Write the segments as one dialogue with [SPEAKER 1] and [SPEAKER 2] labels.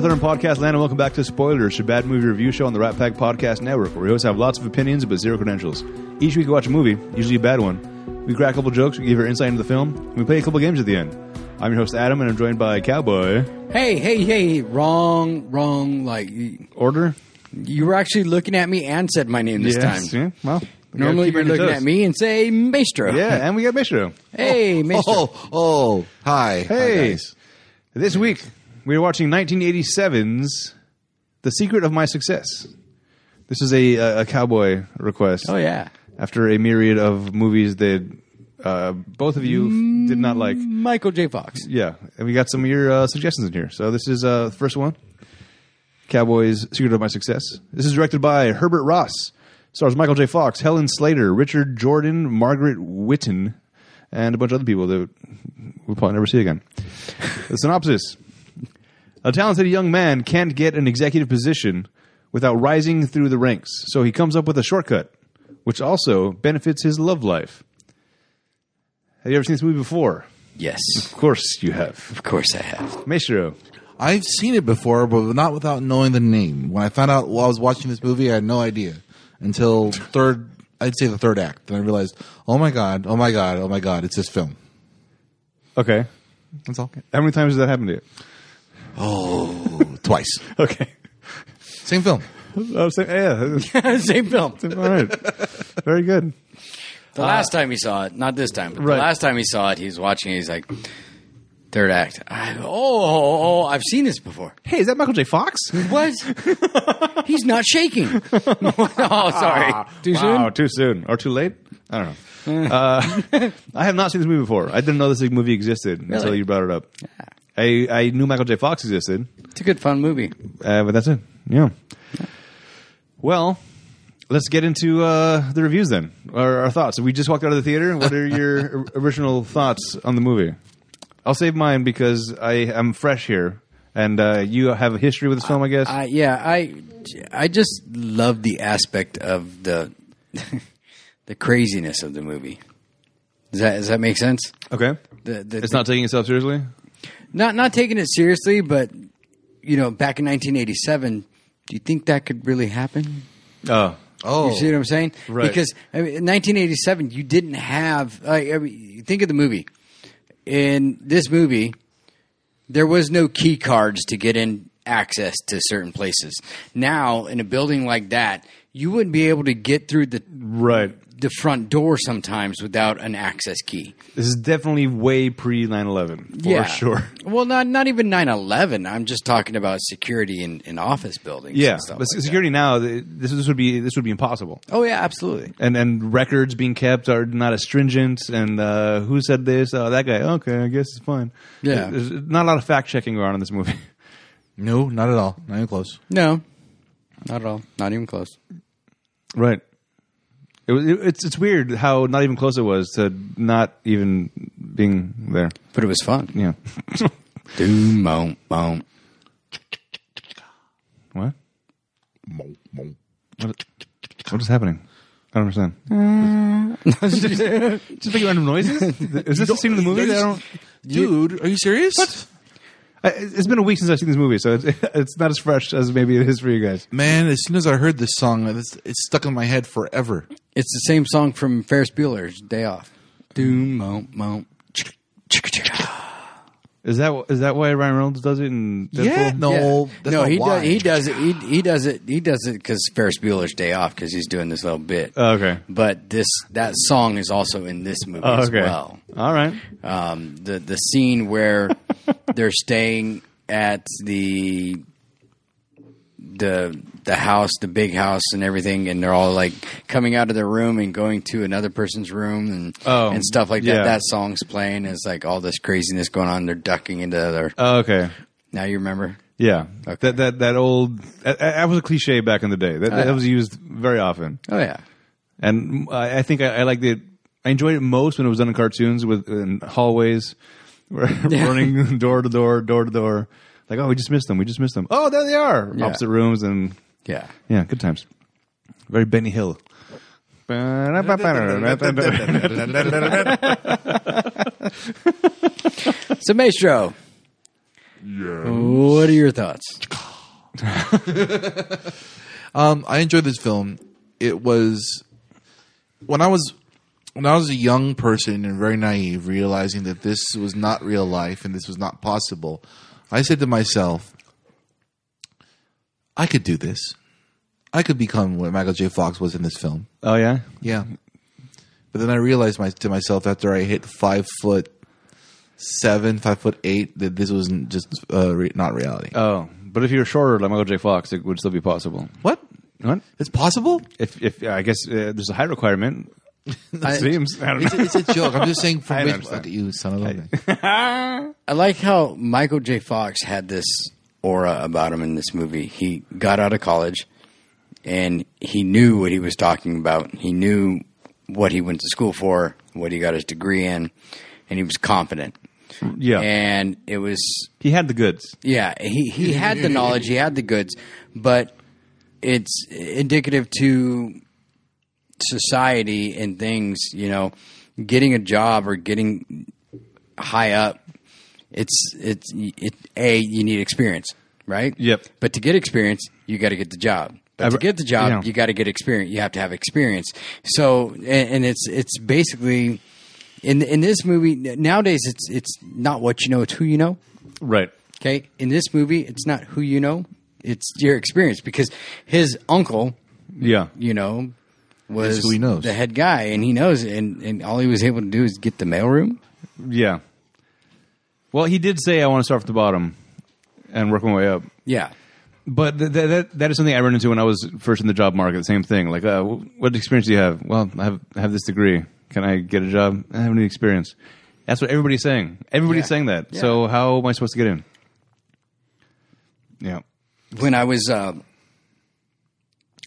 [SPEAKER 1] there in podcast land, and welcome back to Spoilers, a bad movie review show on the Rat Pack Podcast Network, where we always have lots of opinions but zero credentials. Each week we watch a movie, usually a bad one. We crack a couple jokes, we give our insight into the film, and we play a couple games at the end. I'm your host Adam, and I'm joined by Cowboy.
[SPEAKER 2] Hey, hey, hey, wrong, wrong. Like, you
[SPEAKER 1] Order?
[SPEAKER 2] you were actually looking at me and said my name this
[SPEAKER 1] Yes.
[SPEAKER 2] time.
[SPEAKER 1] Yeah, well, we gotta
[SPEAKER 2] Normally
[SPEAKER 1] keep
[SPEAKER 2] you're
[SPEAKER 1] on your
[SPEAKER 2] looking
[SPEAKER 1] toes.
[SPEAKER 2] at me and say Maestro.
[SPEAKER 1] Yeah, and we got Mishra.
[SPEAKER 2] Hey, Maestro.
[SPEAKER 3] Oh, oh, hi. Hi,
[SPEAKER 1] Hey,
[SPEAKER 3] guys.
[SPEAKER 1] this week we are watching 1987's "The Secret of My Success." This is a a, a cowboy request.
[SPEAKER 2] Oh, yeah.
[SPEAKER 1] After a myriad of movies that uh, both of you f- did not like,
[SPEAKER 2] Michael J. Fox.
[SPEAKER 1] yeah, and we got some of your uh, suggestions in here. So this is uh, the first one: "Cowboys: Secret of My Success." This is directed by Herbert Ross, stars Michael J. Fox, Helen Slater, Richard Jordan, Margaret Whitten, and a bunch of other people that we'll probably never see again. The synopsis. A talented young man can't get an executive position without rising through the ranks, so he comes up with a shortcut, which also benefits his love life. Have you ever seen this movie before?
[SPEAKER 2] Yes,
[SPEAKER 1] Of course you have.
[SPEAKER 2] of course I have.
[SPEAKER 1] Meishiro.
[SPEAKER 3] I've seen it before, but not without knowing the name. When I found out while I was watching this movie, I had no idea until third, I'd say the third act. Then I realized, oh my God, oh my God, oh my God, it's this film.
[SPEAKER 1] Okay.
[SPEAKER 3] That's all.
[SPEAKER 1] How many times has that happened to you?
[SPEAKER 3] Twice.
[SPEAKER 1] Okay.
[SPEAKER 3] Same film.
[SPEAKER 1] I was saying, yeah.
[SPEAKER 2] Same film.
[SPEAKER 1] All right. Very good.
[SPEAKER 4] The last time he saw it, not this time, but
[SPEAKER 1] Right.
[SPEAKER 4] the last time he saw it, he was watching it. He's like, third act. I, oh, oh, oh, I've seen this before.
[SPEAKER 1] Hey, is that Michael J. Fox?
[SPEAKER 4] What? He's not shaking. oh, sorry.
[SPEAKER 2] Too
[SPEAKER 1] Ah, wow,
[SPEAKER 2] soon?
[SPEAKER 1] too soon or too late? I don't know. uh, I have not seen this movie before. I didn't know this movie existed until
[SPEAKER 4] Really?
[SPEAKER 1] you brought it up. I, I knew Michael J. Fox existed,
[SPEAKER 4] It's a good fun movie.
[SPEAKER 1] uh, but that's it. Yeah. Well, let's get into uh, the reviews then. Our, our thoughts. We just walked out of the theater. What are your or- original thoughts on the movie? I'll save mine because I am fresh here, and uh, you have a history with this film, I guess.
[SPEAKER 4] I, yeah, I, I just love the aspect of the the craziness of the movie. Does that, does that make sense?
[SPEAKER 1] okay.
[SPEAKER 4] The, the,
[SPEAKER 1] It's not taking itself seriously.
[SPEAKER 4] not not taking it seriously, but you know, back in 1987, do you think that could really happen?
[SPEAKER 1] Oh,
[SPEAKER 3] Oh,
[SPEAKER 4] You see what I'm saying?
[SPEAKER 1] Right.
[SPEAKER 4] Because I mean, in 1987, you didn't have. I, I mean, think of the movie. In this movie, there was no key cards to get in access to certain places. Now, in a building like that, you wouldn't be able to get through the
[SPEAKER 1] right.
[SPEAKER 4] the front door sometimes without an access key.
[SPEAKER 1] This is definitely way pre 9 11, for sure.
[SPEAKER 4] Well, not not even 9/11. I'm just talking about security in, in office buildings.
[SPEAKER 1] Yeah,
[SPEAKER 4] and stuff
[SPEAKER 1] but
[SPEAKER 4] like
[SPEAKER 1] security now, th- this, this would be this would be impossible.
[SPEAKER 4] that. Oh yeah, absolutely.
[SPEAKER 1] And and records being kept are not as stringent. And uh, who said this? Oh, that guy. Okay, I guess it's fine.
[SPEAKER 4] Yeah.
[SPEAKER 1] there's there's not a lot of fact checking around in this movie.
[SPEAKER 3] no, not at all. Not even close.
[SPEAKER 4] No, not at all. Not even close.
[SPEAKER 1] right. It, was- it, it's it's weird how not even close it was to not even being there.
[SPEAKER 4] But it was fun.
[SPEAKER 1] Yeah.
[SPEAKER 4] Doom, boom, boom.
[SPEAKER 1] What? What, what is happening? I don't understand. just, just making random noises. Is this the scene in the movie? that I don't.
[SPEAKER 3] Dude, are you serious?
[SPEAKER 1] I, it's been a week since I've seen this movie, so it's, it's not as fresh as maybe it is for you guys.
[SPEAKER 3] Man, as soon as I heard this song, it's, it's stuck in my head forever.
[SPEAKER 4] It's the same song from Ferris Bueller's Day Off. Doom, boom, boom.
[SPEAKER 1] Is that is that why Ryan Reynolds does it in Deadpool?
[SPEAKER 3] No, that's
[SPEAKER 4] no,
[SPEAKER 3] not
[SPEAKER 4] he
[SPEAKER 3] why.
[SPEAKER 4] does. He does it. He, he does it. He does it because Ferris Bueller's Day Off because he's doing this little bit.
[SPEAKER 3] Uh.
[SPEAKER 1] Oh, okay.
[SPEAKER 4] But this that song is also in this movie
[SPEAKER 1] Oh,
[SPEAKER 4] as
[SPEAKER 1] okay.
[SPEAKER 4] well.
[SPEAKER 1] All right.
[SPEAKER 4] um, the the scene where they're staying at the the the house, the big house, and everything, and they're all like coming out of their room and going to another person's room and
[SPEAKER 1] Oh,
[SPEAKER 4] and stuff like that.
[SPEAKER 1] yeah.
[SPEAKER 4] That song's playing. It's like all this craziness going on. They're ducking into their.
[SPEAKER 1] Oh, okay.
[SPEAKER 4] Now you remember.
[SPEAKER 1] Yeah.
[SPEAKER 4] Okay.
[SPEAKER 1] That that that old that, that was a cliche back in the day. That,
[SPEAKER 4] Uh-huh.
[SPEAKER 1] that was used very often,
[SPEAKER 4] Oh yeah.
[SPEAKER 1] and I, I think I, I liked it. I enjoyed it most when it was done in cartoons with in hallways, running door to door, door to door. Like, oh, we just missed them. We just missed them. Oh, there they are.
[SPEAKER 4] Yeah.
[SPEAKER 1] Opposite rooms and
[SPEAKER 4] Yeah.
[SPEAKER 1] Yeah, good times. Very Benny Hill. Well,
[SPEAKER 4] So Maestro. Yeah. What What are your thoughts?
[SPEAKER 3] Um, I enjoyed this film. It was when I was when I was a young person and very naive, realizing that this was not real life and this was not possible. I said to myself, "I could do this. I could become what Michael J. Fox was in this film."
[SPEAKER 1] Oh yeah,
[SPEAKER 3] Yeah, but then I realized my, to myself after I hit five foot seven, five foot eight, that this was just uh, re- not reality.
[SPEAKER 1] Oh, but if you were shorter like Michael J. Fox, it would still be possible.
[SPEAKER 3] what?
[SPEAKER 1] What?
[SPEAKER 3] It's possible.
[SPEAKER 1] If, if I guess uh, there's a height requirement.
[SPEAKER 4] I-
[SPEAKER 1] It seems. I don't
[SPEAKER 3] It's,
[SPEAKER 1] know.
[SPEAKER 3] it's a joke. I'm just saying. From
[SPEAKER 1] I
[SPEAKER 3] which,
[SPEAKER 1] understand.
[SPEAKER 3] Okay, you son of a. bitch.
[SPEAKER 4] I like how Michael J. Fox had this aura about him in this movie. He got out of college and he knew what he was talking about. He knew what he went to school for, what he got his degree in, and he was confident.
[SPEAKER 1] Yeah,
[SPEAKER 4] And it was
[SPEAKER 1] he had the goods.
[SPEAKER 4] yeah, he, he had the knowledge, he had the goods, but it's indicative to society and things, you know, getting a job or getting high up, it's it's it, a you need experience, right?
[SPEAKER 1] Yep.
[SPEAKER 4] But to get experience, you got to get the job. But to
[SPEAKER 1] I've-
[SPEAKER 4] get the job,
[SPEAKER 1] yeah.
[SPEAKER 4] you got to get experience. You have to have experience. So, and, and it's it's basically in in this movie nowadays, it's it's not what you know, it's who you know.
[SPEAKER 1] Right.
[SPEAKER 4] Okay, in this movie, it's not who you know; it's your experience because his uncle,
[SPEAKER 1] Yeah.
[SPEAKER 4] you know, was
[SPEAKER 3] Is who he knows.
[SPEAKER 4] the head guy, and he knows, it, and and all he was able to do is get the mailroom.
[SPEAKER 1] Yeah. Well, he did say I want to start from the bottom and work my way up.
[SPEAKER 4] Yeah,
[SPEAKER 1] But th- th- that that is something I ran into when I was first in the job market. Same thing. Like, uh, wh- what experience do you have? Well, I have I have this degree. Can I get a job? I have any experience. That's what everybody's saying. Everybody's
[SPEAKER 4] Yeah.
[SPEAKER 1] saying that.
[SPEAKER 4] Yeah.
[SPEAKER 1] So how am I supposed to get in? Yeah.
[SPEAKER 4] when I was uh,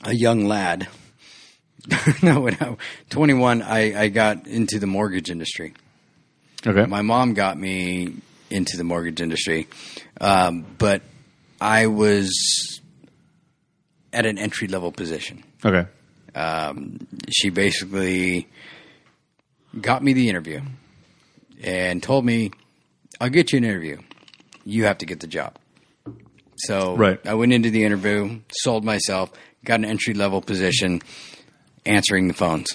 [SPEAKER 4] a young lad, no, when I was twenty one, I, I got into the mortgage industry.
[SPEAKER 1] Okay.
[SPEAKER 4] my mom got me into the mortgage industry, um, but I was at an entry level position.
[SPEAKER 1] okay.
[SPEAKER 4] she basically got me the interview and told me, I'll get you an interview. You have to get the job. So
[SPEAKER 1] Right.
[SPEAKER 4] I went into the interview, sold myself, got an entry level position answering the phones,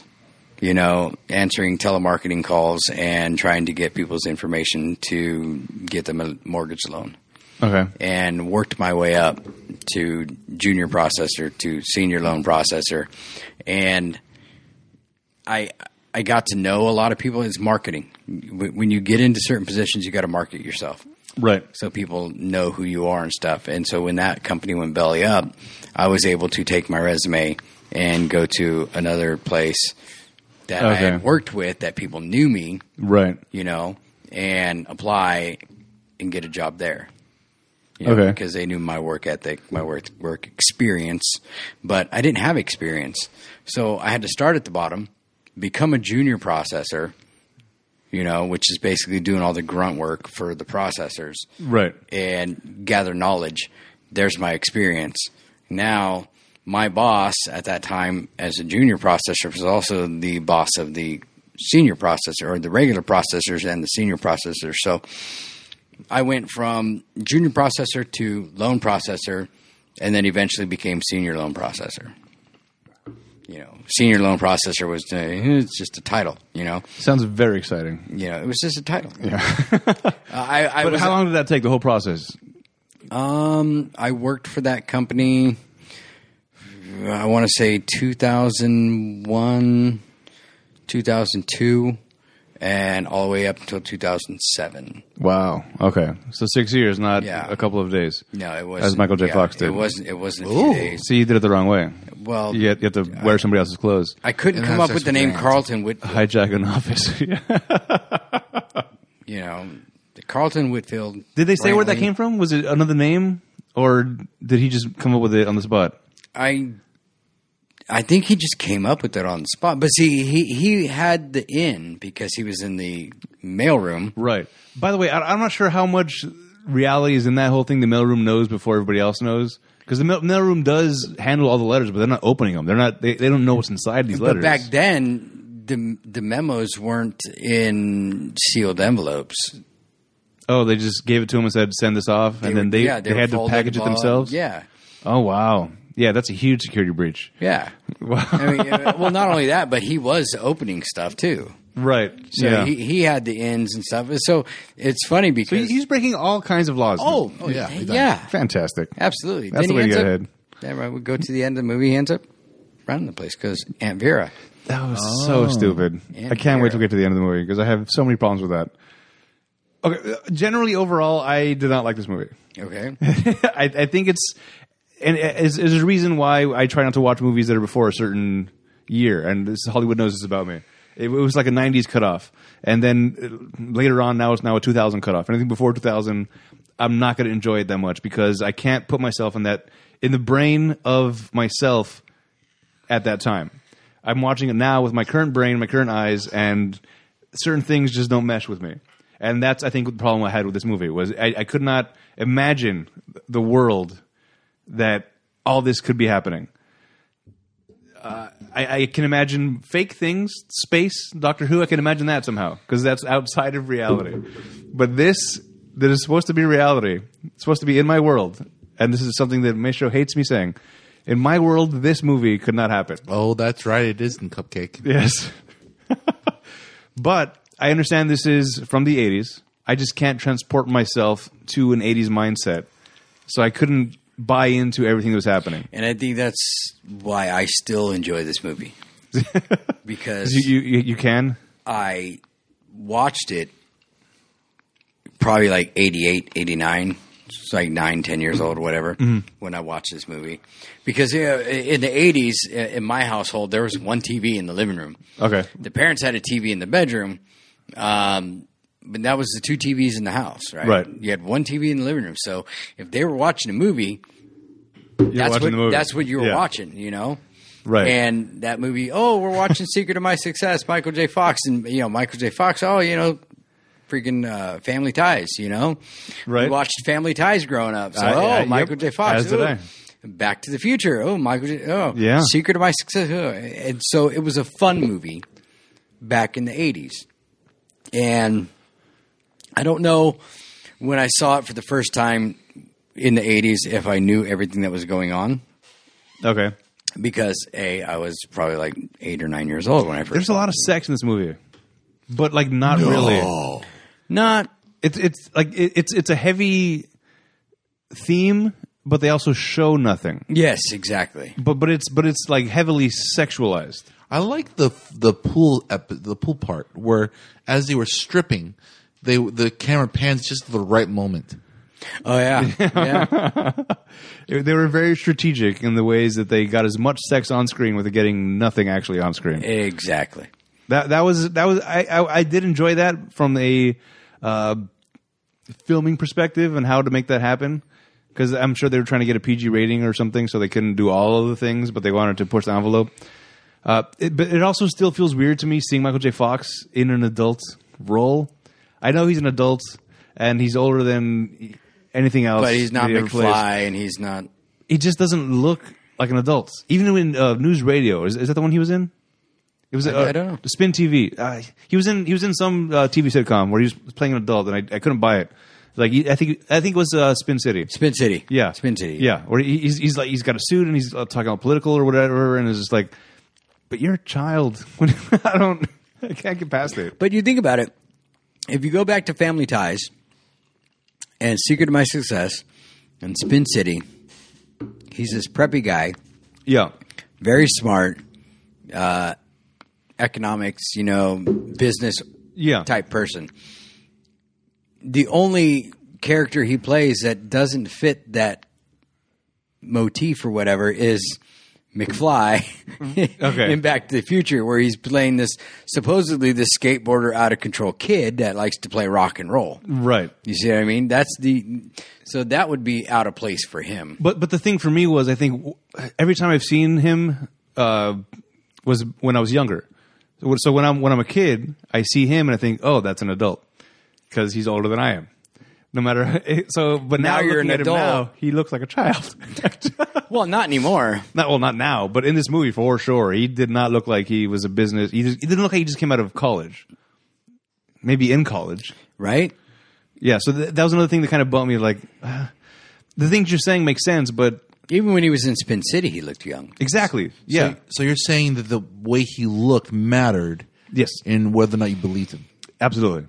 [SPEAKER 4] you know, answering telemarketing calls and trying to get people's information to get them a mortgage loan
[SPEAKER 1] Okay.
[SPEAKER 4] and worked my way up to junior processor to senior loan processor and i i got to know a lot of people it's marketing Wh- when you get into certain positions you got to market yourself
[SPEAKER 1] Right.
[SPEAKER 4] so people know who you are and stuff and so when that company went belly up i was able to take my resume and go to another place that i
[SPEAKER 1] Okay.
[SPEAKER 4] had worked with that people knew me
[SPEAKER 1] Right.
[SPEAKER 4] you know, and apply and get a job there. You know,
[SPEAKER 1] Okay.
[SPEAKER 4] Because they knew my work ethic, my work work experience, but I didn't have experience, so I had to start at the bottom, become a junior processor, you know, which is basically doing all the grunt work for the processors,
[SPEAKER 1] Right.
[SPEAKER 4] and gather knowledge. There's my experience. Now, my boss at that time as a junior processor was also the boss of the senior processor or the regular processors and the senior processors. So I went from junior processor to loan processor and then eventually became senior loan processor. You know, senior loan processor was uh, it's just a title, you know.
[SPEAKER 1] Sounds very exciting.
[SPEAKER 4] You know, it was just a title. Yeah. I, I
[SPEAKER 1] But
[SPEAKER 4] was,
[SPEAKER 1] how long did that take? The whole process.
[SPEAKER 4] Um, I worked for that company. I want to say 2001, 2002, and all the way up until 2007.
[SPEAKER 1] Wow. Okay. So six years, not
[SPEAKER 4] Yeah.
[SPEAKER 1] a couple of days.
[SPEAKER 4] No, it was
[SPEAKER 1] As Michael J. Fox did.
[SPEAKER 4] It wasn't. It wasn't a few days.
[SPEAKER 1] See, you did it the wrong way.
[SPEAKER 4] Well,
[SPEAKER 1] You have, you have to wear somebody else's clothes.
[SPEAKER 4] I couldn't
[SPEAKER 3] And
[SPEAKER 4] come
[SPEAKER 3] have
[SPEAKER 4] up
[SPEAKER 3] sex
[SPEAKER 4] with the
[SPEAKER 3] with
[SPEAKER 4] name
[SPEAKER 3] your aunt.
[SPEAKER 4] Carlton. With
[SPEAKER 1] Hijack an office. Yeah.
[SPEAKER 4] you know, Carlton Whitfield.
[SPEAKER 1] Did they say where that
[SPEAKER 4] Brantley.
[SPEAKER 1] came from? Was it another name, or did he just come up with it on the spot?
[SPEAKER 4] I I think he just came up with it on the spot. But see, he he had the in because he was in the mailroom.
[SPEAKER 1] Right. By the way, I, I'm not sure how much reality is in that whole thing. The mailroom knows before everybody else knows because the mail, mailroom does handle all the letters, but they're not opening them. They're not. They, they don't know what's inside these letters.
[SPEAKER 4] But back then, the the memos weren't in sealed envelopes.
[SPEAKER 1] Oh, they just gave it to him and said, "Send this off," and then
[SPEAKER 4] would-
[SPEAKER 1] they
[SPEAKER 4] yeah,
[SPEAKER 1] they,
[SPEAKER 4] would
[SPEAKER 1] had to
[SPEAKER 4] fold
[SPEAKER 1] package
[SPEAKER 4] the
[SPEAKER 1] it
[SPEAKER 4] ball up.
[SPEAKER 1] themselves.
[SPEAKER 4] Yeah,
[SPEAKER 1] Oh wow. Yeah, that's a huge security breach.
[SPEAKER 4] yeah.
[SPEAKER 1] Wow.
[SPEAKER 4] I mean, uh, well, not only that, but he was opening stuff too.
[SPEAKER 1] right.
[SPEAKER 4] So
[SPEAKER 1] yeah.
[SPEAKER 4] he, he had the ends and stuff. So it's funny
[SPEAKER 1] So
[SPEAKER 4] because
[SPEAKER 1] he- he's breaking all kinds of laws.
[SPEAKER 3] Oh, oh yeah,
[SPEAKER 4] yeah,
[SPEAKER 3] exactly.
[SPEAKER 1] fantastic.
[SPEAKER 4] absolutely.
[SPEAKER 1] That's
[SPEAKER 4] Then
[SPEAKER 1] the
[SPEAKER 4] he
[SPEAKER 1] way to
[SPEAKER 4] ends
[SPEAKER 1] get
[SPEAKER 4] up-
[SPEAKER 1] ahead.
[SPEAKER 4] Then right, we go to the end of the movie. He ends up running the place because Aunt Vera.
[SPEAKER 1] That was so stupid.
[SPEAKER 4] Oh. Yeah,
[SPEAKER 1] I can't wait
[SPEAKER 4] Vera.
[SPEAKER 1] to get to the end of the movie because I have so many problems with that. Okay, uh, generally overall, I did not like this movie.
[SPEAKER 4] Okay.
[SPEAKER 1] I, I think it's and is is a reason why I try not to watch movies that are before a certain year, and this Hollywood knows this about me. It, was like a '90s cutoff, and then uh, later on, now it's now a 2000 cutoff. Anything before 2000, I'm not going to enjoy it that much because I can't put myself in that in the brain of myself at that time. I'm watching it now with my current brain, my current eyes, and certain things just don't mesh with me. And that's, I think, the problem I had with this movie was I, I could not imagine the world that all this could be happening. Uh, I, I can imagine fake things, space, Doctor Who. I can imagine that somehow because that's outside of reality. But this, that is supposed to be reality, it's supposed to be in my world, and this is something that Misho hates me saying. In my world, this movie could not happen.
[SPEAKER 3] Oh, that's right. It is in Cupcake.
[SPEAKER 1] Yes. but I understand this is from the 80s. I just can't transport myself to an 80s mindset. So I couldn't buy into everything that was happening.
[SPEAKER 4] And I think that's why I still enjoy this movie because
[SPEAKER 1] You, you, you- you can?
[SPEAKER 4] I watched it probably like 88, 89. It's like nine, ten years old, or whatever,
[SPEAKER 1] Mm-hmm.
[SPEAKER 4] when I watched this movie. Because you know, in the 80s, i- in my household, there was one TV in the living room.
[SPEAKER 1] Okay.
[SPEAKER 4] The parents had a TV in the bedroom, um, but that was the two TVs in the house, right?
[SPEAKER 1] Right.
[SPEAKER 4] You had one TV in the living room. So if they were watching a movie,
[SPEAKER 1] You're
[SPEAKER 4] that's
[SPEAKER 1] watching
[SPEAKER 4] what,
[SPEAKER 1] the movie.
[SPEAKER 4] that's what you were
[SPEAKER 1] Yeah.
[SPEAKER 4] watching, you know?
[SPEAKER 1] Right.
[SPEAKER 4] And that movie, oh, we're watching Secret of My Success, Michael J. Fox, and you know Michael J. Fox. Oh, you know, freaking uh, Family Ties. You know,
[SPEAKER 1] Right.
[SPEAKER 4] We watched Family Ties growing up. So,
[SPEAKER 1] I-
[SPEAKER 4] oh,
[SPEAKER 1] I-
[SPEAKER 4] Michael
[SPEAKER 1] yep,
[SPEAKER 4] J. Fox.
[SPEAKER 1] as did
[SPEAKER 4] ooh.
[SPEAKER 1] I.
[SPEAKER 4] Back to the Future. Oh, Michael J. Oh,
[SPEAKER 1] Yeah.
[SPEAKER 4] Secret of My Success. oh. And so it was a fun movie back in the eighties, and I don't know when I saw it for the first time in the eighties if I knew everything that was going on
[SPEAKER 1] okay.
[SPEAKER 4] because a I was probably like eight or nine years old when I first.
[SPEAKER 1] There's a lot of sex in this movie, but like not really.
[SPEAKER 3] Oh,
[SPEAKER 4] not
[SPEAKER 1] It's it's like it, it's it's a heavy theme, but they also show nothing.
[SPEAKER 4] yes exactly
[SPEAKER 1] But but it's but it's like heavily sexualized.
[SPEAKER 3] I like the the pool epi- the pool part where as they were stripping, they the camera pans just to the right moment.
[SPEAKER 4] oh yeah yeah
[SPEAKER 1] They they were very strategic in the ways that they got as much sex on screen with getting nothing actually on screen.
[SPEAKER 4] exactly
[SPEAKER 1] That that was that was I I, I did enjoy that from a uh, filming perspective and how to make that happen because I'm sure they were trying to get a PG rating or something, so they couldn't do all of the things, but they wanted to push the envelope. Uh, it, but it also still feels weird to me seeing Michael J. Fox in an adult role. I know he's an adult and he's older than anything else,
[SPEAKER 4] but he's not
[SPEAKER 1] that he ever plays
[SPEAKER 4] McFly and he's not
[SPEAKER 1] he just doesn't look like an adult. Even in uh, News Radio, is, is that the one he was in? It was. uh,
[SPEAKER 4] I don't know.
[SPEAKER 1] Spin TV. Uh, he was in. He was in some uh, TV sitcom where he was playing an adult, and I, I couldn't buy it. Like he- I think I think it was uh, Spin City.
[SPEAKER 4] Spin City
[SPEAKER 1] Yeah,
[SPEAKER 4] Spin City
[SPEAKER 1] Yeah, or he- he's he's like he's got a suit and he's uh, talking about political or whatever, and it's just like, but you're a child. I don't. I can't get past it.
[SPEAKER 4] but you think about it if you go back to Family Ties and Secret of My Success and Spin City he's this preppy guy
[SPEAKER 1] Yeah.
[SPEAKER 4] very smart uh, economics you know business
[SPEAKER 1] Yeah.
[SPEAKER 4] type person. The only character he plays that doesn't fit that motif or whatever is McFly
[SPEAKER 1] Mm-hmm. Okay.
[SPEAKER 4] in Back to the Future, where he's playing this supposedly this skateboarder out of control kid that likes to play rock and roll.
[SPEAKER 1] Right.
[SPEAKER 4] You see what I mean? That's the so that would be out of place for him.
[SPEAKER 1] But but the thing for me was I think w- every time I've seen him uh, was when I was younger. So, when- so when I'm when I'm a kid, I see him and I think, oh, that's an adult because he's older than I am. No matter so, but now,
[SPEAKER 4] Now you're
[SPEAKER 1] looking
[SPEAKER 4] an
[SPEAKER 1] at
[SPEAKER 4] adult.
[SPEAKER 1] him now, he looks like a child.
[SPEAKER 4] Well, not anymore.
[SPEAKER 1] not well, not now, but in this movie for sure, he did not look like he was a business. He, just, he didn't look like he just came out of college, maybe in college.
[SPEAKER 4] right?
[SPEAKER 1] yeah, so th- that was another thing that kind of bummed me. Like, ah, the things you're saying make sense, but
[SPEAKER 4] Even when he was in Spin City, he looked young.
[SPEAKER 1] exactly, yeah,
[SPEAKER 3] So, so you're saying that the way he looked mattered
[SPEAKER 1] yes,
[SPEAKER 3] in whether or not you believed him.
[SPEAKER 1] absolutely.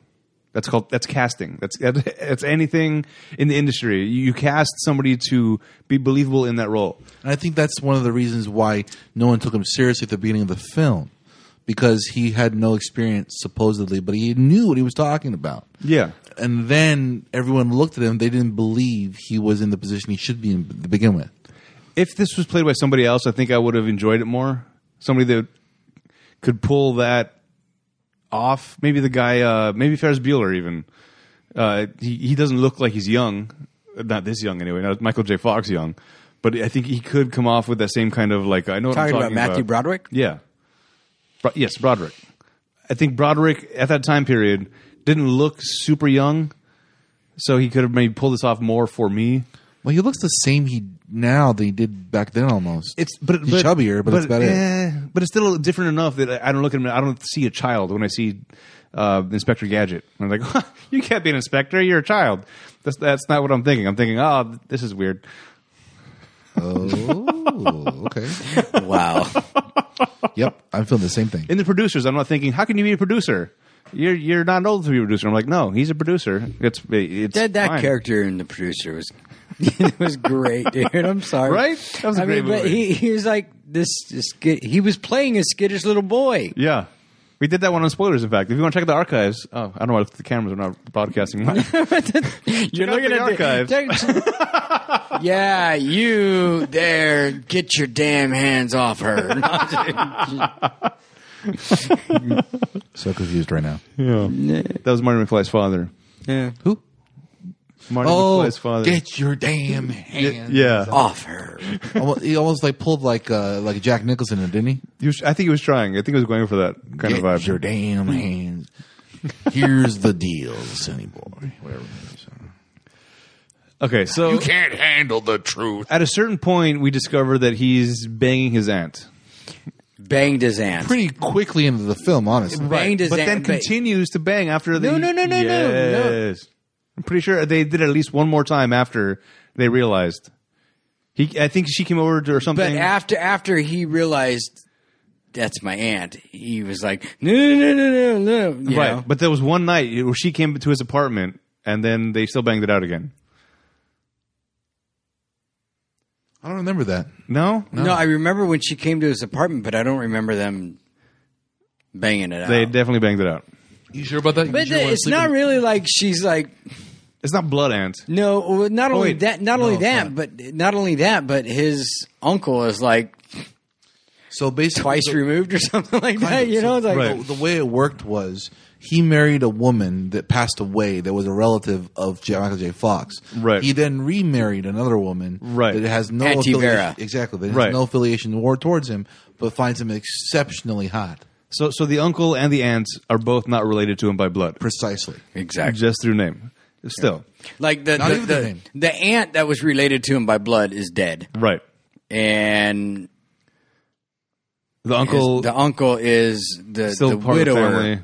[SPEAKER 1] That's called that's casting. That's that's anything in the industry. You you cast somebody to be believable in that role.
[SPEAKER 3] And I think that's one of the reasons why no one took him seriously at the beginning of the film because he had no experience supposedly, but he knew what he was talking about.
[SPEAKER 1] Yeah,
[SPEAKER 3] And then everyone looked at him; they didn't believe he was in the position he should be in to begin with.
[SPEAKER 1] if this was played by somebody else, I think I would have enjoyed it more. Somebody that could pull that off. Maybe the guy, uh, maybe Ferris Bueller, even. Uh, he he doesn't look like he's young, not this young anyway. Not Michael J. Fox young, but I think he could come off with that same kind of like I know what I'm
[SPEAKER 4] Talking about
[SPEAKER 1] talking
[SPEAKER 4] Matthew
[SPEAKER 1] about.
[SPEAKER 4] Broderick?
[SPEAKER 1] Yeah. Bro- yes, Broderick. I think Broderick at that time period didn't look super young, so he could have maybe pulled this off more for me.
[SPEAKER 3] Well, he looks the same he now that he did back then almost.
[SPEAKER 1] It's but,
[SPEAKER 3] He's
[SPEAKER 1] but
[SPEAKER 3] chubbier, but that's about it.
[SPEAKER 1] eh, But it's still different enough that I- I don't look at him. I don't see a child when I see uh, Inspector Gadget. I'm like, you can't be an inspector. You're a child. That's that's not what I'm thinking. I'm thinking, oh, this is weird.
[SPEAKER 3] oh, okay.
[SPEAKER 4] Wow.
[SPEAKER 3] Yep, I'm feeling the same thing.
[SPEAKER 1] In the producers, I'm not thinking, how can you be a producer? You're you're not old to be a producer. I'm like, no, he's a producer. It's it's
[SPEAKER 4] that that
[SPEAKER 1] fine.
[SPEAKER 4] character in the producer was it was great, dude. I'm sorry,
[SPEAKER 1] Right? That was a
[SPEAKER 4] I
[SPEAKER 1] great
[SPEAKER 4] mean, but
[SPEAKER 1] movie.
[SPEAKER 4] he he was like this. skid he was playing a skittish little boy.
[SPEAKER 1] Yeah. We did that one on spoilers. In fact, if you want to check out the archives, oh, I don't know if the cameras are not broadcasting. mine.
[SPEAKER 4] You're
[SPEAKER 1] out the archives.
[SPEAKER 4] check- yeah, you there. Get your damn hands off her.
[SPEAKER 3] So confused right now.
[SPEAKER 1] that was Marty McFly's father.
[SPEAKER 4] yeah.
[SPEAKER 3] Who?
[SPEAKER 1] Marty
[SPEAKER 3] Oh,
[SPEAKER 1] McFly's father.
[SPEAKER 3] get your damn hand!
[SPEAKER 1] yeah.
[SPEAKER 4] Off her.
[SPEAKER 3] Almo- he almost like pulled like uh, like Jack Nicholson, in it, didn't he?
[SPEAKER 1] He was, I think he was trying. I think he was going for that kind of
[SPEAKER 3] Get
[SPEAKER 1] vibe.
[SPEAKER 3] your damn hands. Here's the deal, Sonny boy. Whatever. it is.
[SPEAKER 1] Okay, so
[SPEAKER 5] can't handle the truth.
[SPEAKER 1] at a certain point, we discover that he's banging his aunt,
[SPEAKER 4] Banged his aunt.
[SPEAKER 3] Pretty quickly into the film, honestly.
[SPEAKER 4] Banged his
[SPEAKER 1] but
[SPEAKER 4] aunt.
[SPEAKER 1] then
[SPEAKER 4] but-
[SPEAKER 1] continues to bang after the.
[SPEAKER 4] No, no, no, no, no, no.
[SPEAKER 1] Yes. I'm pretty sure they did it at least one more time after they realized. He, I think she came over to or
[SPEAKER 4] But
[SPEAKER 1] something.
[SPEAKER 4] after after he realized that's my aunt, he was like, no, no, no, no, no, no. you
[SPEAKER 1] right,
[SPEAKER 4] know?
[SPEAKER 1] but there was one night where she came to his apartment, and then they still banged it out again.
[SPEAKER 3] I don't remember that.
[SPEAKER 1] No,
[SPEAKER 4] No. I remember when she came to his apartment, but I don't remember them banging it out.
[SPEAKER 1] they definitely banged it out.
[SPEAKER 3] You sure about that?
[SPEAKER 4] but the- it's not really like she's like
[SPEAKER 1] It's not blood aunt.
[SPEAKER 4] no. well, Not only
[SPEAKER 1] Oh, wait.
[SPEAKER 4] that, not only
[SPEAKER 3] it's
[SPEAKER 4] that, but not only that, but his uncle is like
[SPEAKER 3] so basically,
[SPEAKER 4] twice
[SPEAKER 3] the-
[SPEAKER 4] removed or something like that. You know, it's like
[SPEAKER 1] Right.
[SPEAKER 3] the, the way it worked was he married a woman that passed away that was a relative of J. Michael J. Fox.
[SPEAKER 1] Right.
[SPEAKER 3] He then remarried another woman.
[SPEAKER 1] Right.
[SPEAKER 3] That has no
[SPEAKER 4] Auntie Vera.
[SPEAKER 3] affiliation. Exactly. That has
[SPEAKER 1] Right.
[SPEAKER 3] no affiliation or towards him, but finds him exceptionally hot.
[SPEAKER 1] So, so the uncle and the aunt are both not related to him by blood,
[SPEAKER 3] Precisely.
[SPEAKER 4] exactly
[SPEAKER 1] just through name. Still,
[SPEAKER 4] like the
[SPEAKER 3] Not
[SPEAKER 4] the,
[SPEAKER 3] even the
[SPEAKER 4] the,
[SPEAKER 3] name.
[SPEAKER 4] the aunt that was related to him by blood is dead,
[SPEAKER 1] right?
[SPEAKER 4] and
[SPEAKER 1] The
[SPEAKER 4] his-
[SPEAKER 1] uncle
[SPEAKER 4] the uncle is the
[SPEAKER 1] still
[SPEAKER 4] the
[SPEAKER 1] part
[SPEAKER 4] widower.
[SPEAKER 1] of the family.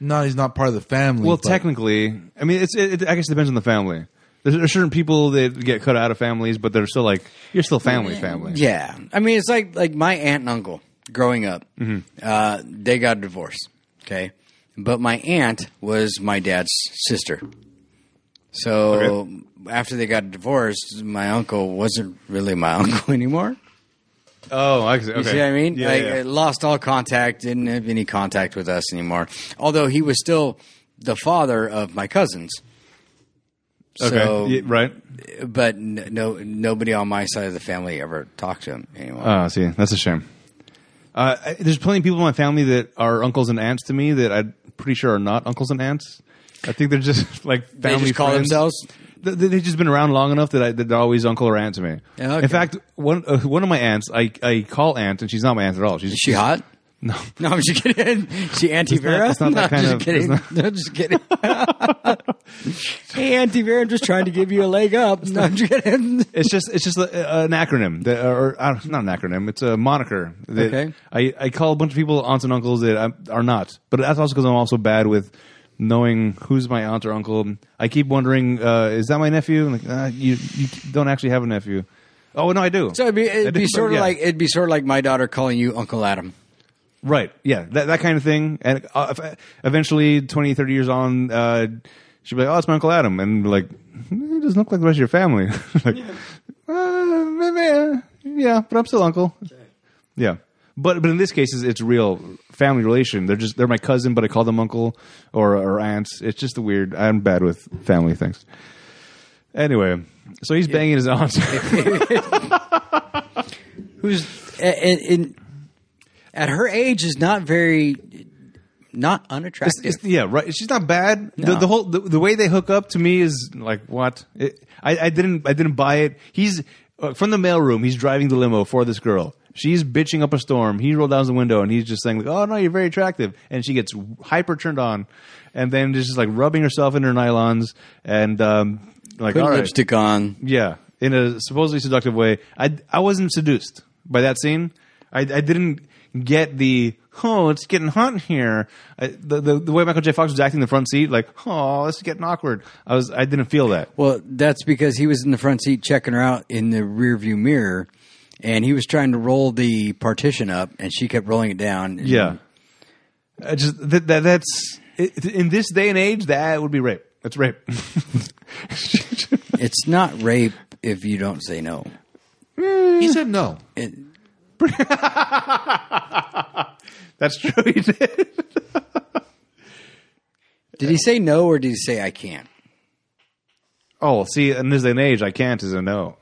[SPEAKER 3] No, he's not part of the family.
[SPEAKER 1] Well,
[SPEAKER 3] but-
[SPEAKER 1] technically, I mean, it's it, it- I guess it depends on the family. There's, there's certain people that get cut out of families, but they're still like you're still family, family.
[SPEAKER 4] Yeah, I mean, it's like like my aunt and uncle growing up.
[SPEAKER 1] Mm-hmm.
[SPEAKER 4] Uh, they got a divorce. Okay, but my aunt was my dad's sister. So
[SPEAKER 1] Okay.
[SPEAKER 4] after they got divorced, my uncle wasn't really my uncle anymore.
[SPEAKER 1] Oh, I see. Okay.
[SPEAKER 4] You see what I mean?
[SPEAKER 1] Yeah,
[SPEAKER 4] like, uh,
[SPEAKER 1] yeah.
[SPEAKER 4] I lost all contact, didn't have any contact with us anymore. Although he was still the father of my cousins.
[SPEAKER 1] okay.
[SPEAKER 4] So,
[SPEAKER 1] Yeah, right.
[SPEAKER 4] but n- no, nobody on my side of the family ever talked to him anymore.
[SPEAKER 1] Ah, see, that's a shame. Uh, I- there's plenty of people in my family that are uncles and aunts to me that I'm pretty sure are not uncles and aunts. I think they're just like
[SPEAKER 4] they
[SPEAKER 1] family
[SPEAKER 4] just call
[SPEAKER 1] friends.
[SPEAKER 4] themselves
[SPEAKER 1] Th- th- They've just been around long enough that, I, that they're always uncle or aunt to me.
[SPEAKER 4] Yeah, okay.
[SPEAKER 1] In fact, one uh, one of my aunts, I, I call aunt, and she's not my aunt at all. She's
[SPEAKER 4] Is she hot?
[SPEAKER 1] No.
[SPEAKER 4] No, I'm just kidding. She anti Vera?
[SPEAKER 1] it's not
[SPEAKER 4] no,
[SPEAKER 1] that kind
[SPEAKER 4] I'm just
[SPEAKER 1] of-
[SPEAKER 4] kidding.
[SPEAKER 1] it's
[SPEAKER 4] No, I'm just kidding. hey, anti Vera, I'm just trying to give you a leg up. No, I'm just kidding.
[SPEAKER 1] It's just it's just uh, an acronym that, or uh, not an acronym. It's a moniker. That
[SPEAKER 4] Okay.
[SPEAKER 1] um, I, I call a bunch of people aunts and uncles that i are not, but that's also because I'm also bad with knowing who's my aunt or uncle. I keep wondering, uh, is that my nephew? I'm like, uh, you you don't actually have a nephew. Oh no, I do.
[SPEAKER 4] So it'd be,
[SPEAKER 1] I
[SPEAKER 4] it'd
[SPEAKER 1] do,
[SPEAKER 4] be
[SPEAKER 1] but
[SPEAKER 4] sort of
[SPEAKER 1] yeah.
[SPEAKER 4] like it'd be sort of like my daughter calling you Uncle Adam.
[SPEAKER 1] Right. Yeah. That, that kind of thing. And uh, ev- eventually, 20, 30 years on, uh, she'd be like, oh, it's my Uncle Adam. And we're like, "Hmm, it doesn't look like the rest of your family. like, "Uh, maybe, uh, yeah, but I'm still uncle. Yeah. But, but in this case, it's, it's real family relation. They're just, they're my cousin, but I call them uncle or, or aunt. It's just the weird, I'm bad with family things. Anyway, so he's banging his aunt.
[SPEAKER 4] Who's in, in at her age is not very not unattractive.
[SPEAKER 1] It's- it's- yeah, right. She's not bad. The,
[SPEAKER 4] No.
[SPEAKER 1] the whole the, the way they hook up to me is like what it, I, I didn't I didn't buy it. He's uh, from the mailroom. He's driving the limo for this girl. She's bitching up a storm. He rolled down the window and he's just saying like, "Oh no, you're very attractive," and she gets hyper turned on, and then just like rubbing herself in her nylons and um, like
[SPEAKER 4] Put
[SPEAKER 1] all right,
[SPEAKER 4] lipstick on.
[SPEAKER 1] yeah, in a supposedly seductive way. I I wasn't seduced by that scene. I I didn't get the oh it's getting hot in here. I, the, the the way Michael J. Fox was acting in the front seat, like oh this is getting awkward. I was I didn't feel that.
[SPEAKER 4] Well, that's because he was in the front seat checking her out in the rearview mirror, and he was trying to roll the partition up, and she kept rolling it down. And
[SPEAKER 1] Yeah, I just that, that that's it, in this day and age that would be rape. That's rape.
[SPEAKER 4] it's not rape if you don't say no.
[SPEAKER 3] He said no.
[SPEAKER 4] It,
[SPEAKER 1] that's true. He did.
[SPEAKER 4] did he say no or did he say I can't?
[SPEAKER 1] Oh, see, in this day and age, I can't is a no.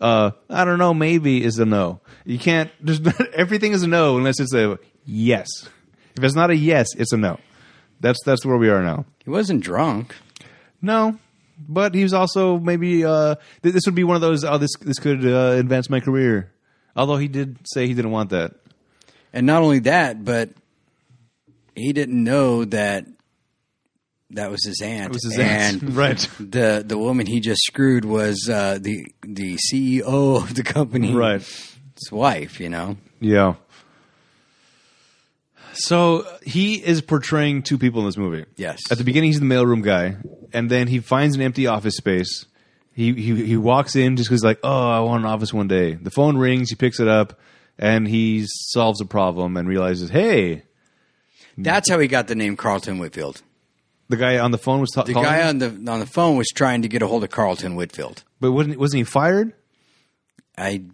[SPEAKER 1] Uh, I don't know. Maybe is a no. You can't. There's not, everything is a no unless it's a yes. If it's not a yes, it's a no. That's that's where we are now.
[SPEAKER 4] He wasn't drunk.
[SPEAKER 1] No, but he was also maybe uh, th- this would be one of those. Oh, this this could uh, advance my career. Although he did say he didn't want that.
[SPEAKER 4] And not only that, but he didn't know that that was his aunt.
[SPEAKER 1] It was his aunt.
[SPEAKER 4] and
[SPEAKER 1] right,
[SPEAKER 4] The the woman he just screwed was uh, the the CEO of the company,
[SPEAKER 1] right.
[SPEAKER 4] His wife, you know.
[SPEAKER 1] Yeah. So he is portraying two people in this movie.
[SPEAKER 4] Yes.
[SPEAKER 1] At the beginning, he's the mailroom guy, and then he finds an empty office space. He he, he walks in just because like, oh, I want an office one day. The phone rings. He picks it up, and he solves a problem and realizes, hey,
[SPEAKER 4] That's how he got the name Carlton Whitfield.
[SPEAKER 1] the guy on the phone was ta-
[SPEAKER 4] The
[SPEAKER 1] calling.
[SPEAKER 4] guy
[SPEAKER 1] him,
[SPEAKER 4] on the on the phone was trying to get a hold of Carlton Whitfield.
[SPEAKER 1] but wasn't wasn't he fired?
[SPEAKER 4] I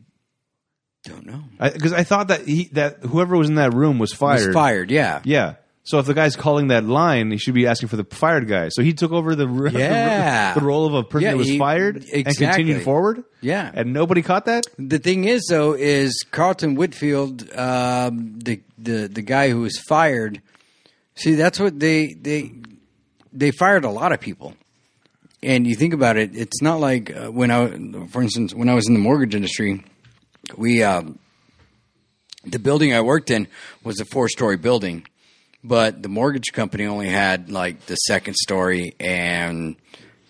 [SPEAKER 4] don't know.
[SPEAKER 1] Because I, thought that he that whoever was in that room was
[SPEAKER 4] He's
[SPEAKER 1] fired.
[SPEAKER 4] fired, yeah.
[SPEAKER 1] Yeah. So if the guy's calling that line, he should be asking for the fired guy. So he took over the r-
[SPEAKER 4] Yeah.
[SPEAKER 1] the, role of a person
[SPEAKER 4] Yeah,
[SPEAKER 1] that was
[SPEAKER 4] he-
[SPEAKER 1] fired and
[SPEAKER 4] exactly.
[SPEAKER 1] continued forward.
[SPEAKER 4] Yeah.
[SPEAKER 1] and nobody caught that.
[SPEAKER 4] The thing is, though, is Carlton Whitfield, um, the the the guy who was fired. See, that's what they they they fired a lot of people. And you think about it, it's not like uh, when I, for instance, when I was in the mortgage industry, we um, the building I worked in was a four story building, but the mortgage company only had like the second story and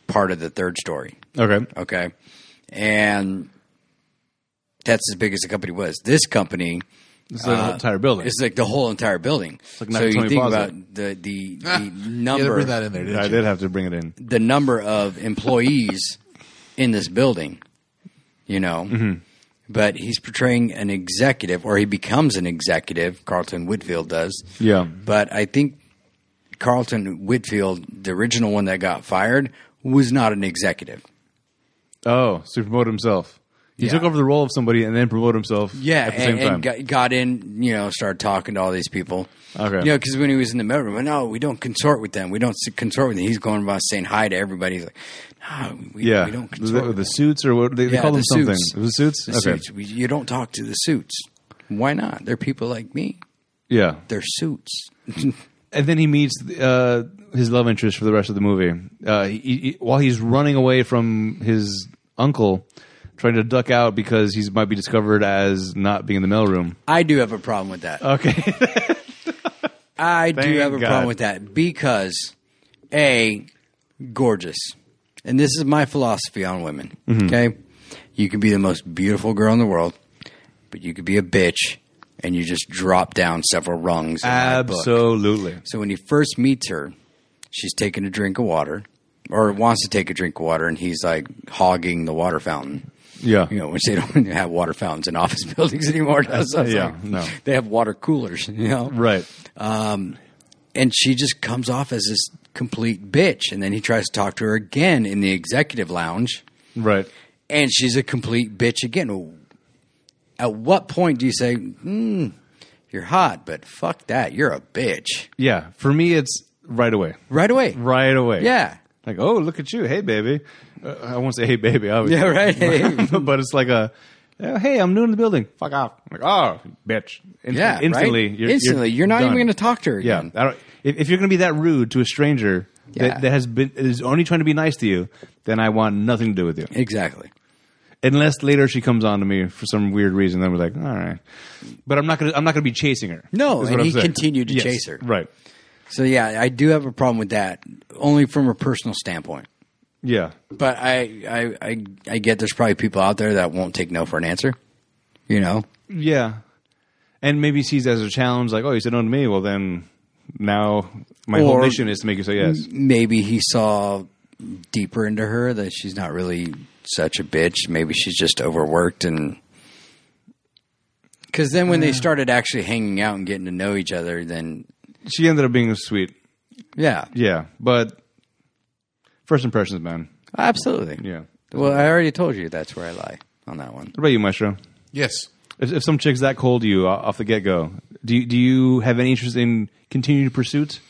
[SPEAKER 4] part of the third story
[SPEAKER 1] Okay,
[SPEAKER 4] okay and that's as big as the company was this company
[SPEAKER 1] it's like
[SPEAKER 4] Uh,
[SPEAKER 1] the entire building.
[SPEAKER 4] is like the whole entire building
[SPEAKER 1] like
[SPEAKER 4] so you
[SPEAKER 1] 920
[SPEAKER 4] think
[SPEAKER 1] Plaza.
[SPEAKER 4] about the the, the
[SPEAKER 3] You had to
[SPEAKER 4] number
[SPEAKER 3] bring that in there, didn't
[SPEAKER 1] I
[SPEAKER 3] you?
[SPEAKER 1] did have to bring it in.
[SPEAKER 4] the number of employees in this building you know
[SPEAKER 3] Mm-hmm.
[SPEAKER 4] but he's portraying an executive or he becomes an executive carlton whitfield does
[SPEAKER 1] Yeah.
[SPEAKER 4] but i think carlton whitfield the original one that got fired was not an executive
[SPEAKER 1] Oh, so he promoted himself. He
[SPEAKER 4] Yeah.
[SPEAKER 1] took over the role of somebody and then promoted himself.
[SPEAKER 4] Yeah,
[SPEAKER 1] at the
[SPEAKER 4] and,
[SPEAKER 1] same time.
[SPEAKER 4] and got, got in, you know, started talking to all these people.
[SPEAKER 1] Okay.
[SPEAKER 4] You know, because when he was in the mailroom, well, no, we don't consort with them. We don't s- consort with them. He's going about saying hi to everybody. He's like, no, we,
[SPEAKER 1] yeah,
[SPEAKER 4] we don't consort
[SPEAKER 1] the,
[SPEAKER 4] with
[SPEAKER 1] the
[SPEAKER 4] them.
[SPEAKER 1] suits or what they, they
[SPEAKER 4] Yeah,
[SPEAKER 1] call them
[SPEAKER 4] the
[SPEAKER 1] something.
[SPEAKER 4] suits.
[SPEAKER 1] It was suits.
[SPEAKER 4] The
[SPEAKER 1] okay.
[SPEAKER 4] suits. We, you don't talk to the suits. Why not? They're people like me.
[SPEAKER 1] Yeah.
[SPEAKER 4] They're suits.
[SPEAKER 1] and then he meets uh, his love interest for the rest of the movie. Uh, he, he, while he's running away from his uncle, trying to duck out because he might be discovered as not being in the mailroom.
[SPEAKER 4] I do have a problem with that.
[SPEAKER 1] Okay,
[SPEAKER 4] I
[SPEAKER 1] Thank
[SPEAKER 4] do have a
[SPEAKER 1] God.
[SPEAKER 4] problem with that because a gorgeous, and this is my philosophy on women.
[SPEAKER 1] Mm-hmm.
[SPEAKER 4] Okay, you can be the most beautiful girl in the world, but you could be a bitch, and you just drop down several rungs. In my book.
[SPEAKER 1] absolutely.
[SPEAKER 4] So when he first meets her, She's taking a drink of water, or wants to take a drink of water, and he's like hogging the water fountain.
[SPEAKER 1] Yeah.
[SPEAKER 4] You know, which they don't have water fountains in office buildings anymore. So it's
[SPEAKER 1] Yeah,
[SPEAKER 4] like-
[SPEAKER 1] no.
[SPEAKER 4] They have water coolers, you know?
[SPEAKER 1] Right.
[SPEAKER 4] and she just comes off as this complete bitch. And then he tries to talk to her again in the executive lounge,
[SPEAKER 1] Right.
[SPEAKER 4] and she's a complete bitch again. At what point do you say, hmm, "You're hot, but fuck that, you're a bitch"?
[SPEAKER 1] Yeah. For me, it's right away.
[SPEAKER 4] Right away.
[SPEAKER 1] Right away.
[SPEAKER 4] Yeah.
[SPEAKER 1] Like, oh, look at you. Hey, baby. Uh, I won't say, hey, baby. I would,
[SPEAKER 4] Yeah. Right.
[SPEAKER 1] but it's like a, uh, hey, I'm new in the building. Fuck off. I'm like, oh, bitch. Instant-
[SPEAKER 4] yeah. right?
[SPEAKER 1] Instantly. You're,
[SPEAKER 4] instantly, you're, not
[SPEAKER 1] done.
[SPEAKER 4] even going to talk to her.
[SPEAKER 1] Yeah.
[SPEAKER 4] again.
[SPEAKER 1] I don't, if, if you're going to be that rude to a stranger
[SPEAKER 4] Yeah.
[SPEAKER 1] that, that has been, is only trying to be nice to you, then I want nothing to do with you.
[SPEAKER 4] Exactly.
[SPEAKER 1] Unless later she comes on to me for some weird reason, then we're like, all right. But I'm not gonna, I'm not gonna be chasing her.
[SPEAKER 4] No,
[SPEAKER 1] is
[SPEAKER 4] and
[SPEAKER 1] what I'm
[SPEAKER 4] he
[SPEAKER 1] saying.
[SPEAKER 4] continued to
[SPEAKER 1] Yes,
[SPEAKER 4] chase her.
[SPEAKER 1] Right.
[SPEAKER 4] So yeah, I do have a problem with that, only from a personal standpoint.
[SPEAKER 1] Yeah.
[SPEAKER 4] But I, I, I, I get there's probably people out there that won't take no for an answer. You know,
[SPEAKER 1] Yeah. And maybe sees it as a challenge, like, oh, you said no to me. Well, then now my whole
[SPEAKER 4] Or-
[SPEAKER 1] mission is to make you say yes.
[SPEAKER 4] maybe he saw deeper into her that she's not really such a bitch. Maybe she's just overworked and. Because then when they started actually hanging out and getting to know each other, then
[SPEAKER 1] She ended up being sweet.
[SPEAKER 4] yeah,
[SPEAKER 1] Yeah. But first impressions, man.
[SPEAKER 4] absolutely.
[SPEAKER 1] Yeah.
[SPEAKER 4] Well, I already told you that's where I lie on that one.
[SPEAKER 1] What about you, Maestro?
[SPEAKER 3] Yes.
[SPEAKER 1] If, if some chick's that cold to you o- off the get go, do you, do you have any interest in continued pursuit,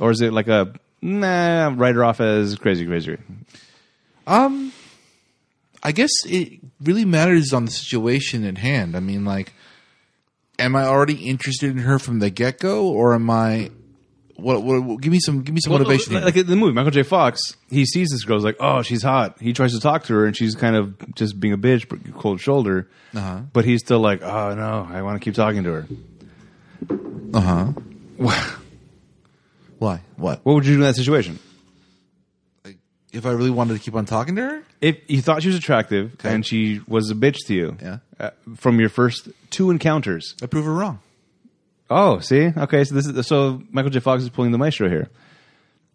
[SPEAKER 1] or is it like a nah, write her off as crazy, crazy?
[SPEAKER 3] I guess it really matters on the situation at hand. I mean, like, am I already interested in her from the get go, or am I? What, what, what- Give me some. Give me some motivation.
[SPEAKER 1] Like,
[SPEAKER 3] here.
[SPEAKER 1] like in the movie, Michael J. Fox, he sees this girl, he's like, oh, she's hot. He tries to talk to her, and she's kind of just being a bitch, but cold shoulder. Uh-huh. But he's still like, oh no, I want to keep talking to her.
[SPEAKER 3] Why? What?
[SPEAKER 1] What would you do in that situation?
[SPEAKER 3] If I really wanted to keep on talking to her,
[SPEAKER 1] If you thought she was attractive
[SPEAKER 3] Okay.
[SPEAKER 1] and she was a bitch to you,
[SPEAKER 3] Yeah.
[SPEAKER 1] uh, from your first two encounters,
[SPEAKER 3] I prove her wrong.
[SPEAKER 1] Oh, see, okay, so this is so Michael J. Fox is pulling the maestro here,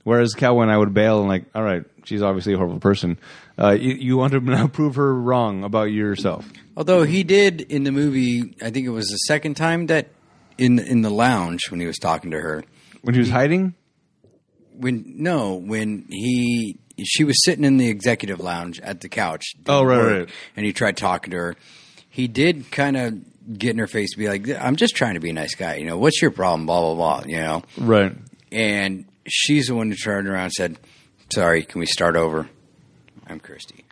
[SPEAKER 1] whereas Cowboy and I would bail and like, all right, she's obviously a horrible person. Uh, you, you want to now prove her wrong about yourself.
[SPEAKER 4] Although he did in the movie, I think it was the second time that in in the lounge when he was talking to her.
[SPEAKER 1] When she was hiding,
[SPEAKER 4] when no when he she was sitting in the executive lounge at the couch
[SPEAKER 1] Oh,
[SPEAKER 4] doing
[SPEAKER 1] right,
[SPEAKER 4] work,
[SPEAKER 1] right.
[SPEAKER 4] and he tried talking to her he did kind of get in her face and be like i'm just trying to be a nice guy you know what's your problem blah blah blah you know
[SPEAKER 1] right?
[SPEAKER 4] and she's the one who turned around and said sorry can we start over i'm kirsty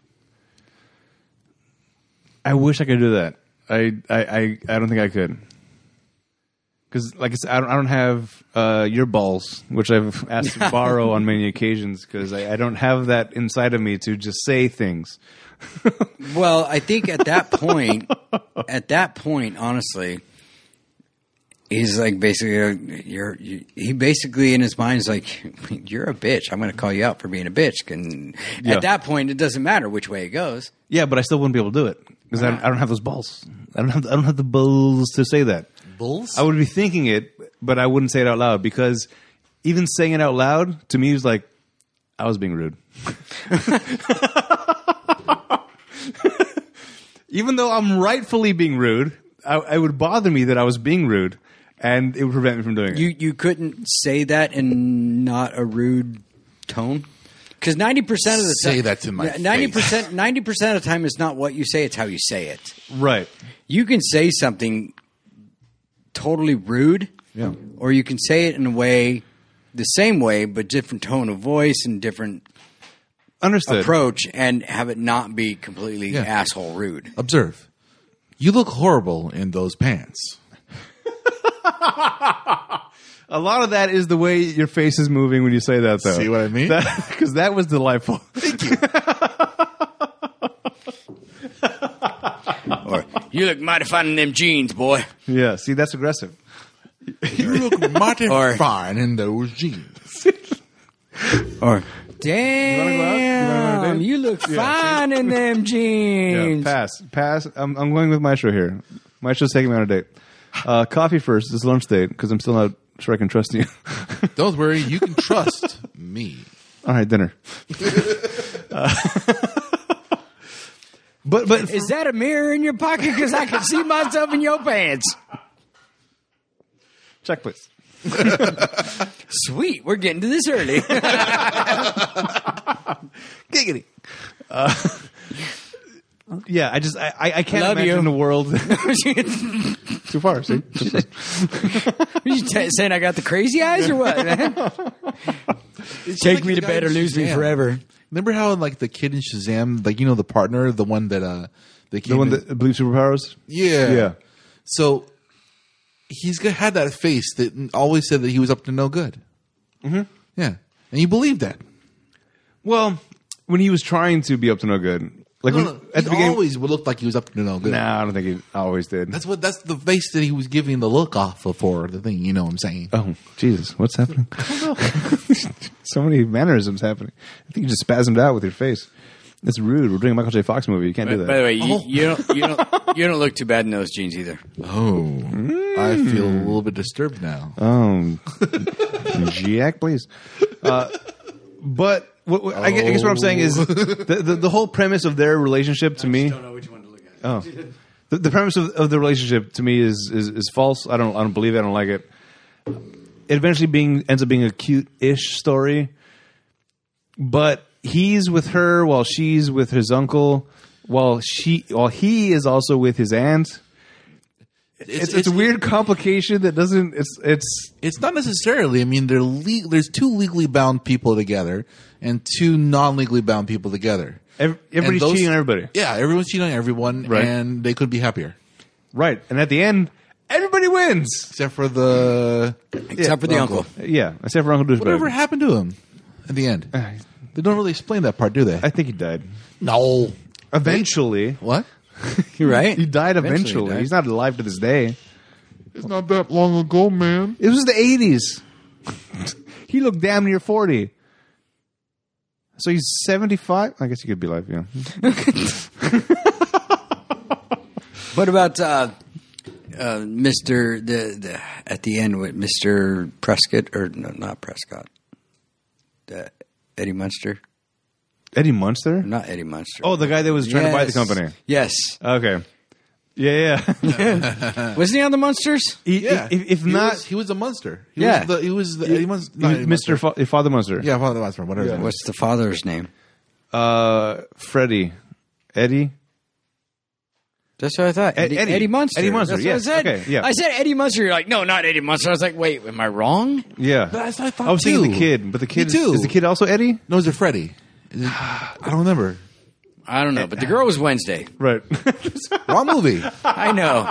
[SPEAKER 1] I wish I could do that. I I I, I don't think I could. Because like I said, I don't I don't have uh, your balls, which I've asked to borrow on many occasions. Because I, I don't have that inside of me to just say things.
[SPEAKER 4] well i think at that point at that point honestly he's like basically uh, you're you, he basically in his mind is like you're a bitch i'm going to call you out for being a bitch and
[SPEAKER 1] Yeah.
[SPEAKER 4] at that point it doesn't matter which way it goes
[SPEAKER 1] Yeah, but I still wouldn't be able to do it because I, don't, I don't have those balls. I don't have I don't have the balls to say that.
[SPEAKER 3] Bulls.
[SPEAKER 1] I would be thinking it, but I wouldn't say it out loud because even saying it out loud to me is like I was being rude. even though I'm rightfully being rude, I, it would bother me that I was being rude, and it would prevent me from doing it.
[SPEAKER 4] you you couldn't say that in not a rude tone because 90% of the
[SPEAKER 3] Say that to my
[SPEAKER 4] 90% 90% of the time it's not what you say it's how you say it
[SPEAKER 1] right?
[SPEAKER 4] you can say something totally rude,
[SPEAKER 1] Yeah.
[SPEAKER 4] or you can say it in a way, the same way, but different tone of voice and different
[SPEAKER 1] Understood.
[SPEAKER 4] approach, and have it not be completely
[SPEAKER 3] Yeah.
[SPEAKER 4] asshole rude.
[SPEAKER 3] Observe. You look horrible in those pants.
[SPEAKER 1] A lot of that is the way your face is moving when you say that, though.
[SPEAKER 3] See what I mean?
[SPEAKER 1] Because that, was delightful.
[SPEAKER 4] Or you look mighty fine in them jeans, boy.
[SPEAKER 1] yeah. See, that's aggressive.
[SPEAKER 3] You look mighty
[SPEAKER 4] Or-
[SPEAKER 3] fine in those jeans.
[SPEAKER 4] Or
[SPEAKER 1] wanna go out? You wanna go on a
[SPEAKER 4] damn,
[SPEAKER 1] date?
[SPEAKER 4] you, look fine in them jeans.
[SPEAKER 1] pass, pass. I'm, I'm going with Maestro here. Maestro's taking me on a date. Uh, coffee first. It's lunch date because I'm still not sure I can trust you.
[SPEAKER 3] Don't worry, you can trust me.
[SPEAKER 1] All right, dinner. Uh, but but
[SPEAKER 4] Is that a mirror in your pocket? Because I can see myself in your pants.
[SPEAKER 1] check please.
[SPEAKER 4] Sweet, we're getting to this early.
[SPEAKER 1] Giggity. Uh, yeah, I just I, I I can't
[SPEAKER 4] Love
[SPEAKER 1] imagine
[SPEAKER 4] you.
[SPEAKER 1] the world
[SPEAKER 4] you
[SPEAKER 1] too far. See,
[SPEAKER 4] t- saying I got the crazy eyes or what, man? Take me to bed or lose me forever.
[SPEAKER 3] Remember how in like the kid in Shazam, like you know the partner, the one that uh they came
[SPEAKER 1] the one
[SPEAKER 3] in-
[SPEAKER 1] that believes superpowers.
[SPEAKER 3] yeah
[SPEAKER 1] Yeah.
[SPEAKER 3] So he's g- had that face that always said that he was up to no good. Mm-hmm. Yeah, and you believed that.
[SPEAKER 1] Well, when he was trying to be up to no good, like
[SPEAKER 3] No,
[SPEAKER 1] when,
[SPEAKER 3] no,
[SPEAKER 1] at
[SPEAKER 3] he
[SPEAKER 1] the beginning.
[SPEAKER 3] always would look like he was up to no good.
[SPEAKER 1] nah, I don't think he always did.
[SPEAKER 3] That's what. That's the face that he was giving the look off of for the thing. You know what I'm saying?
[SPEAKER 1] Oh Jesus! What's happening? so many mannerisms happening. I think you just spasmed out with your face. That's rude. We're doing a Michael J. Fox movie. You can't do that.
[SPEAKER 4] By the way, you,
[SPEAKER 2] Oh.
[SPEAKER 4] you don't you don't you don't look too bad in those jeans either.
[SPEAKER 3] Oh, I feel a little bit disturbed now.
[SPEAKER 1] Um, Jack, please. Uh, but what, what- I, gue- I guess what I'm saying is the, the, the whole premise of their relationship to me.
[SPEAKER 2] know which one to look at.
[SPEAKER 1] Oh, the, the premise of, of the relationship to me is, is is false. I don't I don't believe it. I don't like it. It eventually being ends up being a cute ish story, but he's with her while she's with his uncle, while she while he is also with his aunt. It's, it's, a weird complication that doesn't. It's it's
[SPEAKER 3] It's not necessarily. I mean, they're le- there's two legally bound people together and two non legally bound people together.
[SPEAKER 1] Ev- everybody's cheating on everybody.
[SPEAKER 3] Yeah, everyone's cheating on everyone,
[SPEAKER 1] Right.
[SPEAKER 3] and they couldn't be happier,
[SPEAKER 1] Right. And at the end, everybody wins.
[SPEAKER 3] except for the
[SPEAKER 4] Except for the uncle.
[SPEAKER 1] Yeah, except for Uncle Douchebag.
[SPEAKER 3] whatever happened to him at the end. They don't really explain that part, do they?
[SPEAKER 1] Uh, I think he died.
[SPEAKER 3] no.
[SPEAKER 1] Eventually.
[SPEAKER 3] What?
[SPEAKER 4] You're right.
[SPEAKER 1] He died eventually.
[SPEAKER 4] Eventually he died.
[SPEAKER 1] He's not alive to this day.
[SPEAKER 5] It's not that long ago, man.
[SPEAKER 1] It was the 80s. he looked damn near 40. So he's 75? I guess he could be alive, yeah.
[SPEAKER 4] What about uh, uh, Mr. The, the at the end with Mr. Prescott or no, not Prescott, the Eddie Munster,
[SPEAKER 1] Eddie Munster?
[SPEAKER 4] not Eddie Munster.
[SPEAKER 1] Oh, the guy that was trying to buy the
[SPEAKER 4] Yes.
[SPEAKER 1] company.
[SPEAKER 4] Yes,
[SPEAKER 1] Okay. Yeah, yeah. Uh.
[SPEAKER 4] wasn't he on the Munsters?
[SPEAKER 1] He- If, if
[SPEAKER 3] He
[SPEAKER 1] not,
[SPEAKER 3] was- he was a monster. He
[SPEAKER 4] Yeah.
[SPEAKER 3] was the, he was the, he was,
[SPEAKER 1] he was Mr. Fa- Father Munster.
[SPEAKER 3] Yeah, Father Monster, whatever. his name was.
[SPEAKER 4] What's the father's name?
[SPEAKER 1] Uh, Freddie. Eddie?
[SPEAKER 4] That's what I thought. Eddie,
[SPEAKER 1] E-, Eddie.
[SPEAKER 4] Eddie, Munster.
[SPEAKER 1] Eddie Munster,
[SPEAKER 4] That's
[SPEAKER 1] yes.
[SPEAKER 4] what I said.
[SPEAKER 1] Okay, yeah.
[SPEAKER 4] I said Eddie Munster. You're like, no, not Eddie Munster. I was like, wait, am I wrong?
[SPEAKER 1] Yeah.
[SPEAKER 3] That's what I thought
[SPEAKER 1] was thinking the
[SPEAKER 3] too.
[SPEAKER 1] kid, but the kid is,
[SPEAKER 3] Me too.
[SPEAKER 1] is the kid also Eddie?
[SPEAKER 3] No, is it Freddy? Is it- I don't remember.
[SPEAKER 4] I don't know. But the girl was Wednesday.
[SPEAKER 1] Right.
[SPEAKER 3] Wrong movie.
[SPEAKER 4] I know,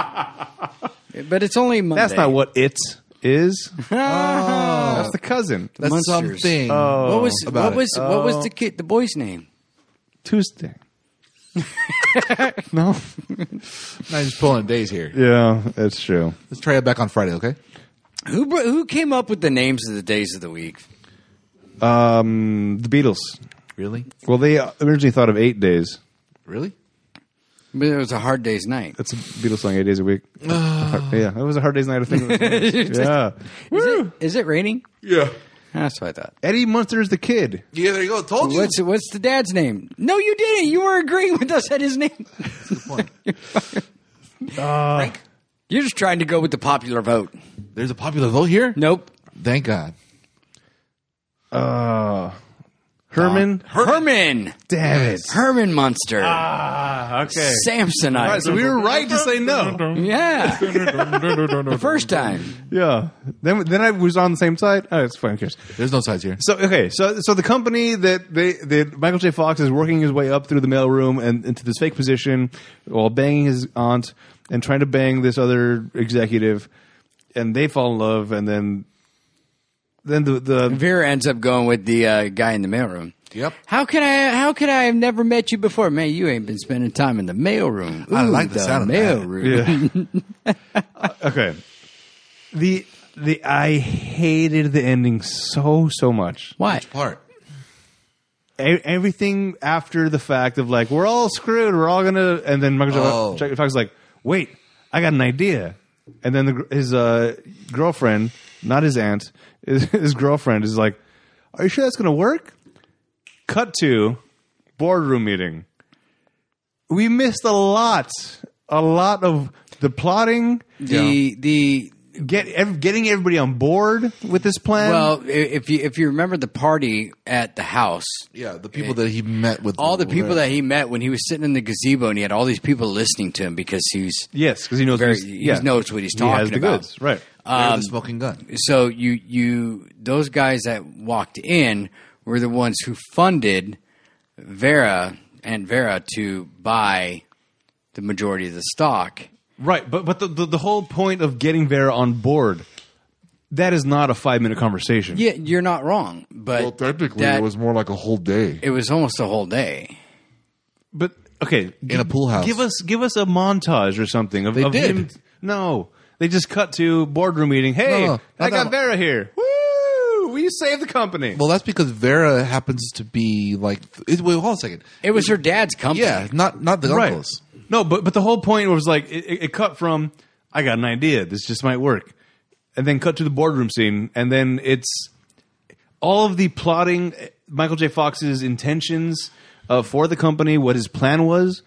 [SPEAKER 4] but it's only Monday.
[SPEAKER 1] That's not what it is. Oh, That's the cousin.
[SPEAKER 3] That's
[SPEAKER 4] Monsters. Oh.
[SPEAKER 3] something.
[SPEAKER 4] What was
[SPEAKER 3] about
[SPEAKER 4] what
[SPEAKER 3] it.
[SPEAKER 4] was what was the kid the boy's name?
[SPEAKER 1] Tuesday. no.
[SPEAKER 3] I'm just pulling days here.
[SPEAKER 1] Yeah, that's true.
[SPEAKER 3] Let's try it back on Friday, okay?
[SPEAKER 4] Who br- who came up with the names of the days of the week?
[SPEAKER 1] Um, the Beatles.
[SPEAKER 3] Really?
[SPEAKER 1] Well, they originally thought of eight days.
[SPEAKER 3] Really?
[SPEAKER 4] But it was a hard day's night.
[SPEAKER 1] That's a Beatles song, eight days a week. yeah, that was a hard day's night. I think. yeah.
[SPEAKER 4] Is it, is it raining?
[SPEAKER 3] Yeah.
[SPEAKER 4] That's what I thought.
[SPEAKER 1] Eddie Munster is the kid.
[SPEAKER 3] Yeah, there you go. Told you.
[SPEAKER 4] What's what's the dad's name? No, you didn't. You were agreeing with us at his name. Frank, You're just trying to go with the popular vote.
[SPEAKER 3] There's a popular vote here?
[SPEAKER 4] Nope.
[SPEAKER 3] Thank God.
[SPEAKER 1] Uh, Herman.
[SPEAKER 4] Herman.
[SPEAKER 1] Damn it.
[SPEAKER 4] Herman Munster.
[SPEAKER 1] Ah, okay.
[SPEAKER 4] Samsonite.
[SPEAKER 1] All right, so we were right to say no.
[SPEAKER 4] yeah.
[SPEAKER 5] the
[SPEAKER 4] First time.
[SPEAKER 1] Yeah. Then, then I was on the same side. Oh, it's fine. Who cares?
[SPEAKER 3] There's no sides here.
[SPEAKER 1] So okay, so so the company that they that Michael J. Fox is working his way up through the mailroom and into this fake position while banging his aunt and trying to bang this other executive, and they fall in love, and then then the the
[SPEAKER 4] Vera ends up going with the uh, guy in the mailroom.
[SPEAKER 3] Yep.
[SPEAKER 4] How could I? How could I have never met you before, man? You ain't been spending time in the mailroom.
[SPEAKER 3] I like the sound of that.
[SPEAKER 4] mailroom.
[SPEAKER 1] yeah. Uh, okay the the I hated the ending so so much.
[SPEAKER 4] Why?
[SPEAKER 3] Part.
[SPEAKER 1] e- everything after the fact of like we're all screwed, we're all gonna, and then Michael J.
[SPEAKER 3] Oh.
[SPEAKER 1] Fox is like, wait, I got an idea, and then the, gr- his uh, girlfriend not his aunt, his, his girlfriend is like, "Are you sure that's gonna work?" Cut to boardroom meeting. We missed a lot, a lot of the plotting,
[SPEAKER 4] The the
[SPEAKER 1] get ev- getting everybody on board with this plan.
[SPEAKER 4] well, i- if you if you remember the party at the house,
[SPEAKER 3] Yeah, the people that he met with.
[SPEAKER 4] all the people that he met when he was sitting in the gazebo and he had all these people listening to him because he's
[SPEAKER 1] yes, because he knows
[SPEAKER 4] very
[SPEAKER 1] what he's,
[SPEAKER 4] he
[SPEAKER 1] yeah.
[SPEAKER 4] knows what he's
[SPEAKER 1] He
[SPEAKER 4] talking
[SPEAKER 1] has the
[SPEAKER 4] about.
[SPEAKER 1] goods, right?
[SPEAKER 3] um, the smoking gun.
[SPEAKER 4] So you you those guys that walked in were the ones who funded Vera and Vera to buy the majority of the stock.
[SPEAKER 1] Right, but but the, the the whole point of getting Vera on board that is not a five minute conversation.
[SPEAKER 4] Yeah, you're not wrong, but
[SPEAKER 5] Well, technically,
[SPEAKER 4] that-
[SPEAKER 5] it was more like a whole day.
[SPEAKER 4] it was almost a whole day.
[SPEAKER 1] but okay, in
[SPEAKER 3] a pool house.
[SPEAKER 1] Give us give us a montage or something of, they of
[SPEAKER 3] did.
[SPEAKER 1] him. No, they just cut to boardroom meeting. Hey,
[SPEAKER 3] No, no,
[SPEAKER 1] I
[SPEAKER 3] not
[SPEAKER 1] got
[SPEAKER 3] that-
[SPEAKER 1] Vera here. Woo! We saved the company.
[SPEAKER 3] Well, that's because Vera happens to be like. It, wait, hold on a second.
[SPEAKER 4] It was her dad's company.
[SPEAKER 3] Yeah, not not the
[SPEAKER 1] right.
[SPEAKER 3] uncles.
[SPEAKER 1] No, but but the whole point was like it, it, it cut from I got an idea. This just might work, and then cut to the boardroom scene, and then it's all of the plotting. eh, Michael J. Fox's intentions uh, for the company, what his plan was,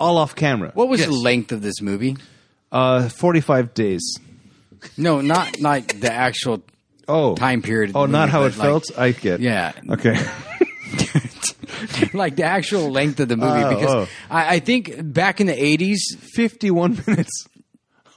[SPEAKER 1] all off camera.
[SPEAKER 4] What was
[SPEAKER 3] Yes.
[SPEAKER 4] the length of this movie?
[SPEAKER 1] Uh, Forty-five days.
[SPEAKER 4] No, not like the actual
[SPEAKER 1] Oh,
[SPEAKER 4] time period. of the
[SPEAKER 1] Oh, not
[SPEAKER 4] movie,
[SPEAKER 1] how
[SPEAKER 4] but
[SPEAKER 1] it felt. I get.
[SPEAKER 4] Yeah.
[SPEAKER 1] Okay.
[SPEAKER 4] like the actual length of the movie
[SPEAKER 1] Oh,
[SPEAKER 4] because
[SPEAKER 1] oh.
[SPEAKER 4] I, I think back in the 80s
[SPEAKER 1] Fifty-one minutes.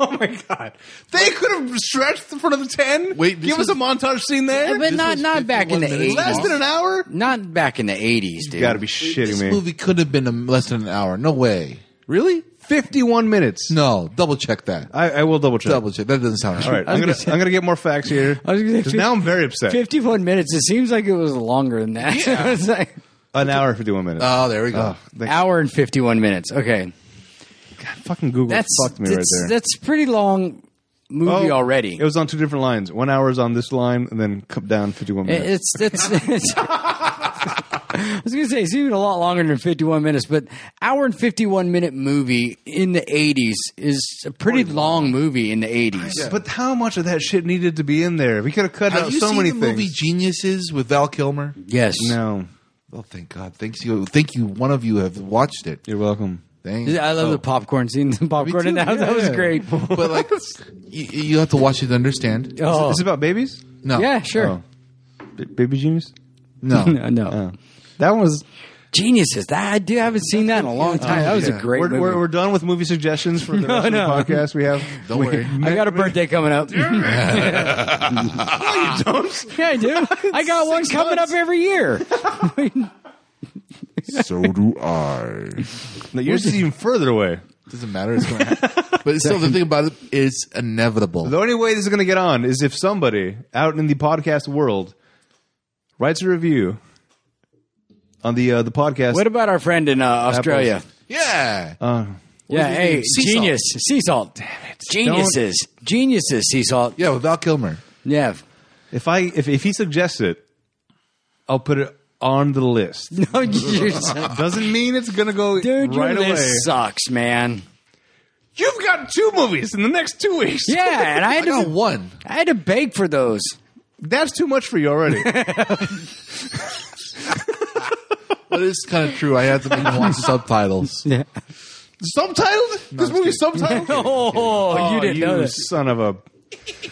[SPEAKER 1] Oh my god! They could have stretched the front of the ten.
[SPEAKER 3] Wait, this
[SPEAKER 1] give us
[SPEAKER 3] was-
[SPEAKER 1] a montage scene there.
[SPEAKER 4] but not
[SPEAKER 3] was
[SPEAKER 4] not back in the
[SPEAKER 3] 51 minutes
[SPEAKER 4] 80s
[SPEAKER 1] Less than an hour.
[SPEAKER 4] not back in the 80s dude
[SPEAKER 1] You gotta be shitting
[SPEAKER 3] this
[SPEAKER 1] me.
[SPEAKER 3] movie could have been a, less than an hour. No way.
[SPEAKER 1] Really? 51 minutes.
[SPEAKER 3] No, double check that.
[SPEAKER 1] I, I will double check.
[SPEAKER 3] Double check. That doesn't sound right.
[SPEAKER 1] All right. I'm going
[SPEAKER 4] was gonna
[SPEAKER 1] to
[SPEAKER 4] say-
[SPEAKER 1] I'm gonna get more facts here.
[SPEAKER 4] I was gonna say
[SPEAKER 1] Because now I'm very upset.
[SPEAKER 4] 51 minutes it seems like it was longer than that It's like
[SPEAKER 1] An hour and 51 minutes.
[SPEAKER 3] Oh, there we go.
[SPEAKER 1] Ugh, thanks.
[SPEAKER 4] Uh, hour and 51 minutes okay
[SPEAKER 1] Fucking Google
[SPEAKER 4] that's
[SPEAKER 1] fucked me right
[SPEAKER 4] that's,
[SPEAKER 1] there.
[SPEAKER 4] that's pretty long movie
[SPEAKER 1] Oh,
[SPEAKER 4] already
[SPEAKER 1] It was on two different lines. One hour is on this line and then come down 51
[SPEAKER 4] It-
[SPEAKER 1] minutes.
[SPEAKER 4] It's it's. it's I was gonna say it's even a lot longer than fifty-one minutes, but hour and fifty-one minute movie in the eighties is a pretty long movie in the eighties.
[SPEAKER 1] But how much of that shit needed to be in there? We could have cut out
[SPEAKER 3] Have you
[SPEAKER 1] so
[SPEAKER 3] seen
[SPEAKER 1] many
[SPEAKER 3] the
[SPEAKER 1] things.
[SPEAKER 3] movie Geniuses with Val Kilmer?
[SPEAKER 4] Yes,
[SPEAKER 1] No.
[SPEAKER 3] Oh, thank God. Thanks you. Thank you. One of you have watched it.
[SPEAKER 1] You're welcome.
[SPEAKER 3] Thank
[SPEAKER 4] I love
[SPEAKER 3] oh.
[SPEAKER 4] the popcorn scene. The popcorn
[SPEAKER 3] too,
[SPEAKER 4] in the house
[SPEAKER 3] yeah,
[SPEAKER 4] that was
[SPEAKER 3] yeah.
[SPEAKER 4] great.
[SPEAKER 3] But like, you, you have to watch it to understand.
[SPEAKER 4] Oh.
[SPEAKER 1] Is this about babies?
[SPEAKER 3] No.
[SPEAKER 4] yeah, sure.
[SPEAKER 1] Oh. B- baby genius?
[SPEAKER 3] No.
[SPEAKER 4] No, no.
[SPEAKER 1] Oh. That one was.
[SPEAKER 4] Geniuses. That I do haven't seen that in a long time. that was
[SPEAKER 3] yeah.
[SPEAKER 4] a great
[SPEAKER 1] We're,
[SPEAKER 4] movie.
[SPEAKER 1] we're, we're done with movie suggestions for the rest of the
[SPEAKER 4] no.
[SPEAKER 1] podcast we have.
[SPEAKER 3] Don't worry.
[SPEAKER 4] I got a birthday coming up. yeah, I do. I got one coming up every year.
[SPEAKER 5] so do I.
[SPEAKER 1] No, yours is even further away.
[SPEAKER 3] Doesn't matter. It's going to happen. But still, the thing about it, it's inevitable.
[SPEAKER 1] The only way this is going to get on is if somebody out in the podcast world writes a review on the uh, the podcast.
[SPEAKER 4] what about our friend in uh, Australia?
[SPEAKER 3] Yeah.
[SPEAKER 4] Uh, Yeah, hey,
[SPEAKER 3] Sea salt.
[SPEAKER 4] genius, sea salt. Damn it, geniuses, geniuses, sea salt.
[SPEAKER 3] yeah, with Val Kilmer.
[SPEAKER 4] Yeah,
[SPEAKER 1] if I if, if he suggests it, I'll put it on the list.
[SPEAKER 4] no, you suck.
[SPEAKER 1] Doesn't mean it's going to go
[SPEAKER 4] dude,
[SPEAKER 1] right
[SPEAKER 4] your
[SPEAKER 1] away.
[SPEAKER 4] list sucks, man.
[SPEAKER 1] You've got two movies in the next two weeks.
[SPEAKER 4] Yeah, and I
[SPEAKER 3] I
[SPEAKER 4] had
[SPEAKER 3] got
[SPEAKER 4] to,
[SPEAKER 3] one.
[SPEAKER 4] I had to beg for those.
[SPEAKER 1] that's too much for you already.
[SPEAKER 3] But it's kind of true. I have to make watch subtitles.
[SPEAKER 4] Yeah.
[SPEAKER 1] subtitled this movie subtitled.
[SPEAKER 4] Oh, you didn't
[SPEAKER 1] you
[SPEAKER 4] know that.
[SPEAKER 1] son of a.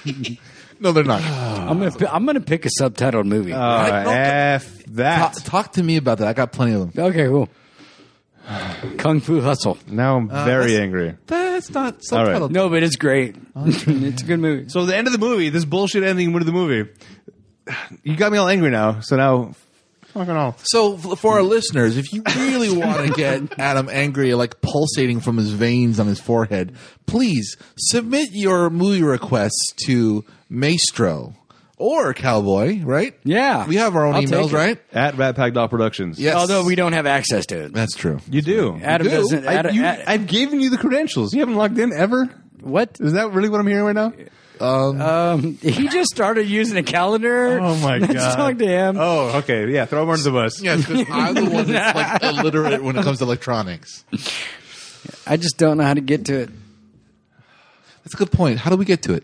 [SPEAKER 3] No, they're not.
[SPEAKER 4] I'm gonna, pi- I'm gonna pick a subtitled movie.
[SPEAKER 1] Oh,
[SPEAKER 3] I don't-
[SPEAKER 1] F
[SPEAKER 3] Ta-
[SPEAKER 1] that.
[SPEAKER 3] talk to me about that. I got plenty of them.
[SPEAKER 4] okay, cool. Kung Fu Hustle.
[SPEAKER 1] Now I'm very
[SPEAKER 3] that's-
[SPEAKER 1] angry.
[SPEAKER 3] That's not
[SPEAKER 1] right.
[SPEAKER 3] subtitled.
[SPEAKER 4] No, but it's great. Oh, it's a good movie.
[SPEAKER 1] So the end of the movie, this bullshit ending of the movie, you got me all angry now. So now, fucking all.
[SPEAKER 3] So f- for our listeners, if you really want to get Adam angry, like pulsating from his veins on his forehead, please submit your movie requests to Maestro or Cowboy. Right?
[SPEAKER 4] Yeah.
[SPEAKER 3] We have our own
[SPEAKER 4] I'll
[SPEAKER 3] emails,
[SPEAKER 4] take it.
[SPEAKER 3] right?
[SPEAKER 1] At Rat Pack Dot Productions.
[SPEAKER 3] Yes.
[SPEAKER 4] Although we don't have access to it.
[SPEAKER 3] That's true.
[SPEAKER 1] You do.
[SPEAKER 4] Adam
[SPEAKER 3] do.
[SPEAKER 4] doesn't.
[SPEAKER 1] I,
[SPEAKER 4] Adam,
[SPEAKER 1] you,
[SPEAKER 4] Ad-
[SPEAKER 1] I've given you the credentials. You haven't logged in ever?
[SPEAKER 4] what?
[SPEAKER 1] Is that really what I'm hearing right now?
[SPEAKER 4] Um, he just started using a calendar.
[SPEAKER 3] Oh
[SPEAKER 4] Let's talk to him.
[SPEAKER 1] Oh, okay. Yeah, throw him under the bus.
[SPEAKER 3] Yes, because I'm the one that's like illiterate when it comes to electronics.
[SPEAKER 4] I just don't know how to get to it.
[SPEAKER 3] That's a good point. How do we get to it?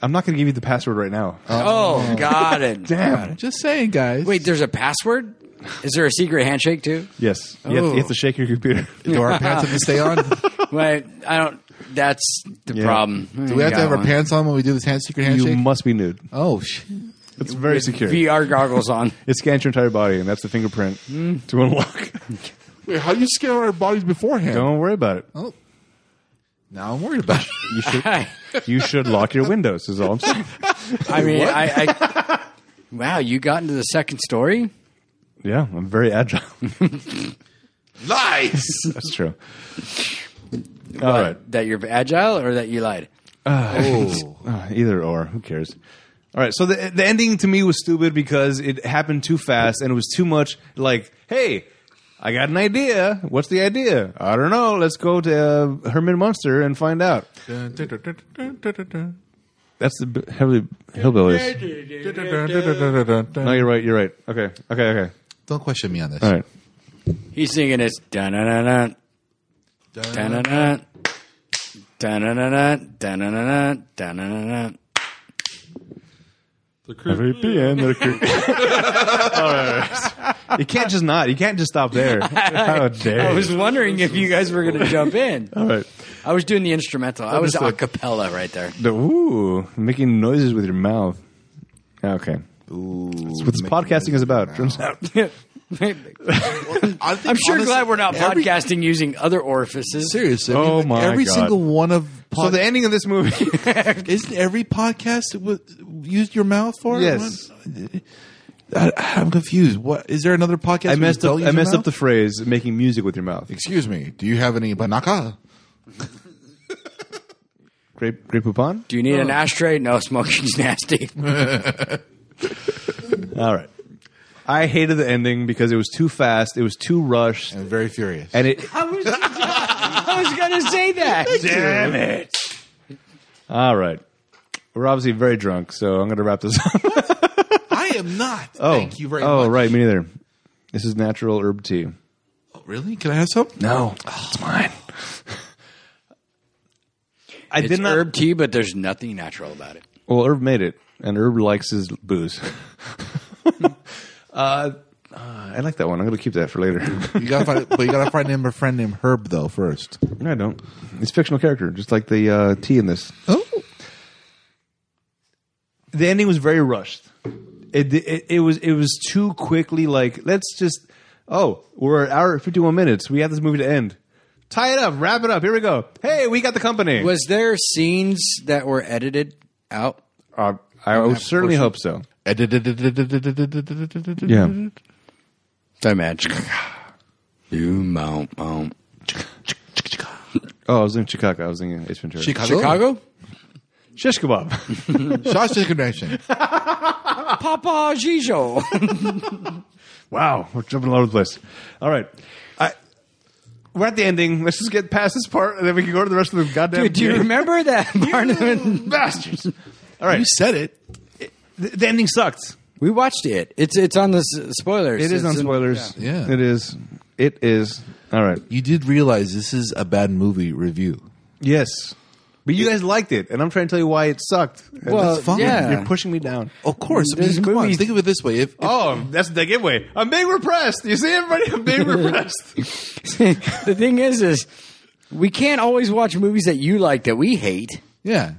[SPEAKER 1] I'm not going to give you the password right now.
[SPEAKER 4] Oh, got it.
[SPEAKER 1] Damn.
[SPEAKER 6] Just saying, guys.
[SPEAKER 4] Wait, there's a password? Is there a secret handshake too?
[SPEAKER 1] Yes. You, have, you have to shake your computer.
[SPEAKER 3] Do our pants have to stay on? Do
[SPEAKER 4] Wait, I don't. That's the
[SPEAKER 1] Yeah.
[SPEAKER 4] problem. Do
[SPEAKER 3] we have to have our pants on when we do this hand secret
[SPEAKER 1] You
[SPEAKER 3] handshake?
[SPEAKER 1] must be nude.
[SPEAKER 3] oh, shit.
[SPEAKER 1] It's very secure.
[SPEAKER 4] VR goggles on?
[SPEAKER 1] It scans your entire body, and that's the fingerprint to unlock.
[SPEAKER 5] Wait, how do you scan our bodies beforehand?
[SPEAKER 1] Don't worry about it.
[SPEAKER 3] Oh. Now I'm worried about it.
[SPEAKER 1] You should you should lock your windows. Is all I'm saying.
[SPEAKER 4] I mean, I, I. Wow, you got into the second story.
[SPEAKER 1] Yeah, I'm very agile.
[SPEAKER 5] Nice.
[SPEAKER 1] That's true. All right.
[SPEAKER 4] That you're agile or that you lied.
[SPEAKER 3] Oh.
[SPEAKER 1] Uh, either or, who cares? All right, so the the ending to me was stupid because it happened too fast and it was too much. Like, hey, I got an idea. What's the idea? I don't know. Let's go to uh, Herman Munster and find out. That's the b- heavily hillbillies. No, you're right. You're right. Okay. Okay. Okay.
[SPEAKER 3] Don't question me on this.
[SPEAKER 1] All right.
[SPEAKER 4] He's singing it's dun dun dun dun dun dun dun dun dun dun dun dun dun dun dun.
[SPEAKER 1] Every PM, the crew. All right. You can't just not. You can't just stop there. How dare
[SPEAKER 4] I was
[SPEAKER 1] you.
[SPEAKER 4] wondering if you guys were going to jump in.
[SPEAKER 1] All right.
[SPEAKER 4] I was doing the instrumental. I was a cappella right there.
[SPEAKER 1] The ooh, making noises with your mouth. Ah, Okay. That's what this podcasting is about. Turns out.
[SPEAKER 3] I think,
[SPEAKER 4] I'm sure
[SPEAKER 3] honestly,
[SPEAKER 4] glad we're not
[SPEAKER 3] every-
[SPEAKER 4] podcasting using other orifices.
[SPEAKER 3] Seriously. I mean,
[SPEAKER 1] Oh
[SPEAKER 3] like,
[SPEAKER 1] my
[SPEAKER 3] Every
[SPEAKER 1] God.
[SPEAKER 3] single one of
[SPEAKER 1] So
[SPEAKER 3] pod-
[SPEAKER 1] the ending of this movie.
[SPEAKER 3] isn't every podcast w- used your mouth for? it?
[SPEAKER 1] Yes.
[SPEAKER 3] I, I'm confused. What is there another podcast?
[SPEAKER 1] I
[SPEAKER 3] where
[SPEAKER 1] messed
[SPEAKER 3] you
[SPEAKER 1] up.
[SPEAKER 3] don't use
[SPEAKER 1] I
[SPEAKER 3] your
[SPEAKER 1] messed up
[SPEAKER 3] mouth?
[SPEAKER 1] the phrase "making music with your mouth."
[SPEAKER 3] Excuse me. Do you have any banaka?
[SPEAKER 1] Great, great poupon.
[SPEAKER 4] Do you need an ashtray? No, smoking's nasty.
[SPEAKER 1] All right. I hated the ending because it was too fast. It was too rushed,
[SPEAKER 3] I'm very furious.
[SPEAKER 1] and it
[SPEAKER 4] I was, I was going to say that.
[SPEAKER 1] Damn it. All right. We're obviously very drunk, so I'm going to wrap this up.
[SPEAKER 3] I am not. Thank you very
[SPEAKER 1] oh,
[SPEAKER 3] much.
[SPEAKER 1] right. Me neither. This is natural herb tea.
[SPEAKER 3] Oh, Really? Can I have some?
[SPEAKER 1] No, it's mine. I
[SPEAKER 4] It's
[SPEAKER 1] did not.
[SPEAKER 4] herb tea, but there's nothing natural about it.
[SPEAKER 1] Well, Herb made it, and Herb likes his booze. uh, uh, I like that one. I'm going to keep that for later.
[SPEAKER 3] You gotta find, but you gotta find him a friend named Herb though first.
[SPEAKER 1] no, I don't. It's a fictional character, just like the uh, tea in this.
[SPEAKER 3] Oh,
[SPEAKER 1] the ending was very rushed. It, it it was it was too quickly. Like let's just oh we're an hour fifty one minutes. We have this movie to end. Tie it up, wrap it up. Here we go. Hey, we got the company.
[SPEAKER 4] Was there scenes that were edited out?
[SPEAKER 1] Uh, I would certainly hope so. Yeah.
[SPEAKER 4] So magic. You mount mount.
[SPEAKER 1] Oh, I was in Chicago. I was in Ace Ventura.
[SPEAKER 3] Chicago,
[SPEAKER 4] Chicago?
[SPEAKER 1] Shish kebab.
[SPEAKER 3] Sausage Convention.
[SPEAKER 4] Papa Gijo.
[SPEAKER 1] wow, we're jumping all over the place. All right, I. We're at the ending. Let's just get past this part, and then we can go to the rest of the goddamn.
[SPEAKER 4] Dude, do you
[SPEAKER 1] game.
[SPEAKER 4] remember that Barnum?
[SPEAKER 1] bastards? All right,
[SPEAKER 3] You said it.
[SPEAKER 1] the, the ending sucked.
[SPEAKER 4] We watched it. It's it's on the s- spoilers.
[SPEAKER 1] It is
[SPEAKER 4] It's
[SPEAKER 1] on
[SPEAKER 4] in-
[SPEAKER 1] spoilers.
[SPEAKER 3] Yeah. Yeah.
[SPEAKER 1] It is. It is. All right.
[SPEAKER 3] You did realize this is a bad movie review.
[SPEAKER 1] Yes. But you guys liked it, and I'm trying to tell you why it sucked. And
[SPEAKER 4] Well,
[SPEAKER 1] that's fine.
[SPEAKER 4] yeah.
[SPEAKER 1] You're pushing me down.
[SPEAKER 3] Of course. I mean,
[SPEAKER 4] This
[SPEAKER 3] come on.
[SPEAKER 4] movie-
[SPEAKER 3] Think of it this way. If, if
[SPEAKER 1] Oh, that's the giveaway. I'm being repressed. You see, everybody, I'm being repressed.
[SPEAKER 4] the thing is, is we can't always watch movies that you like that we hate.
[SPEAKER 3] Yeah,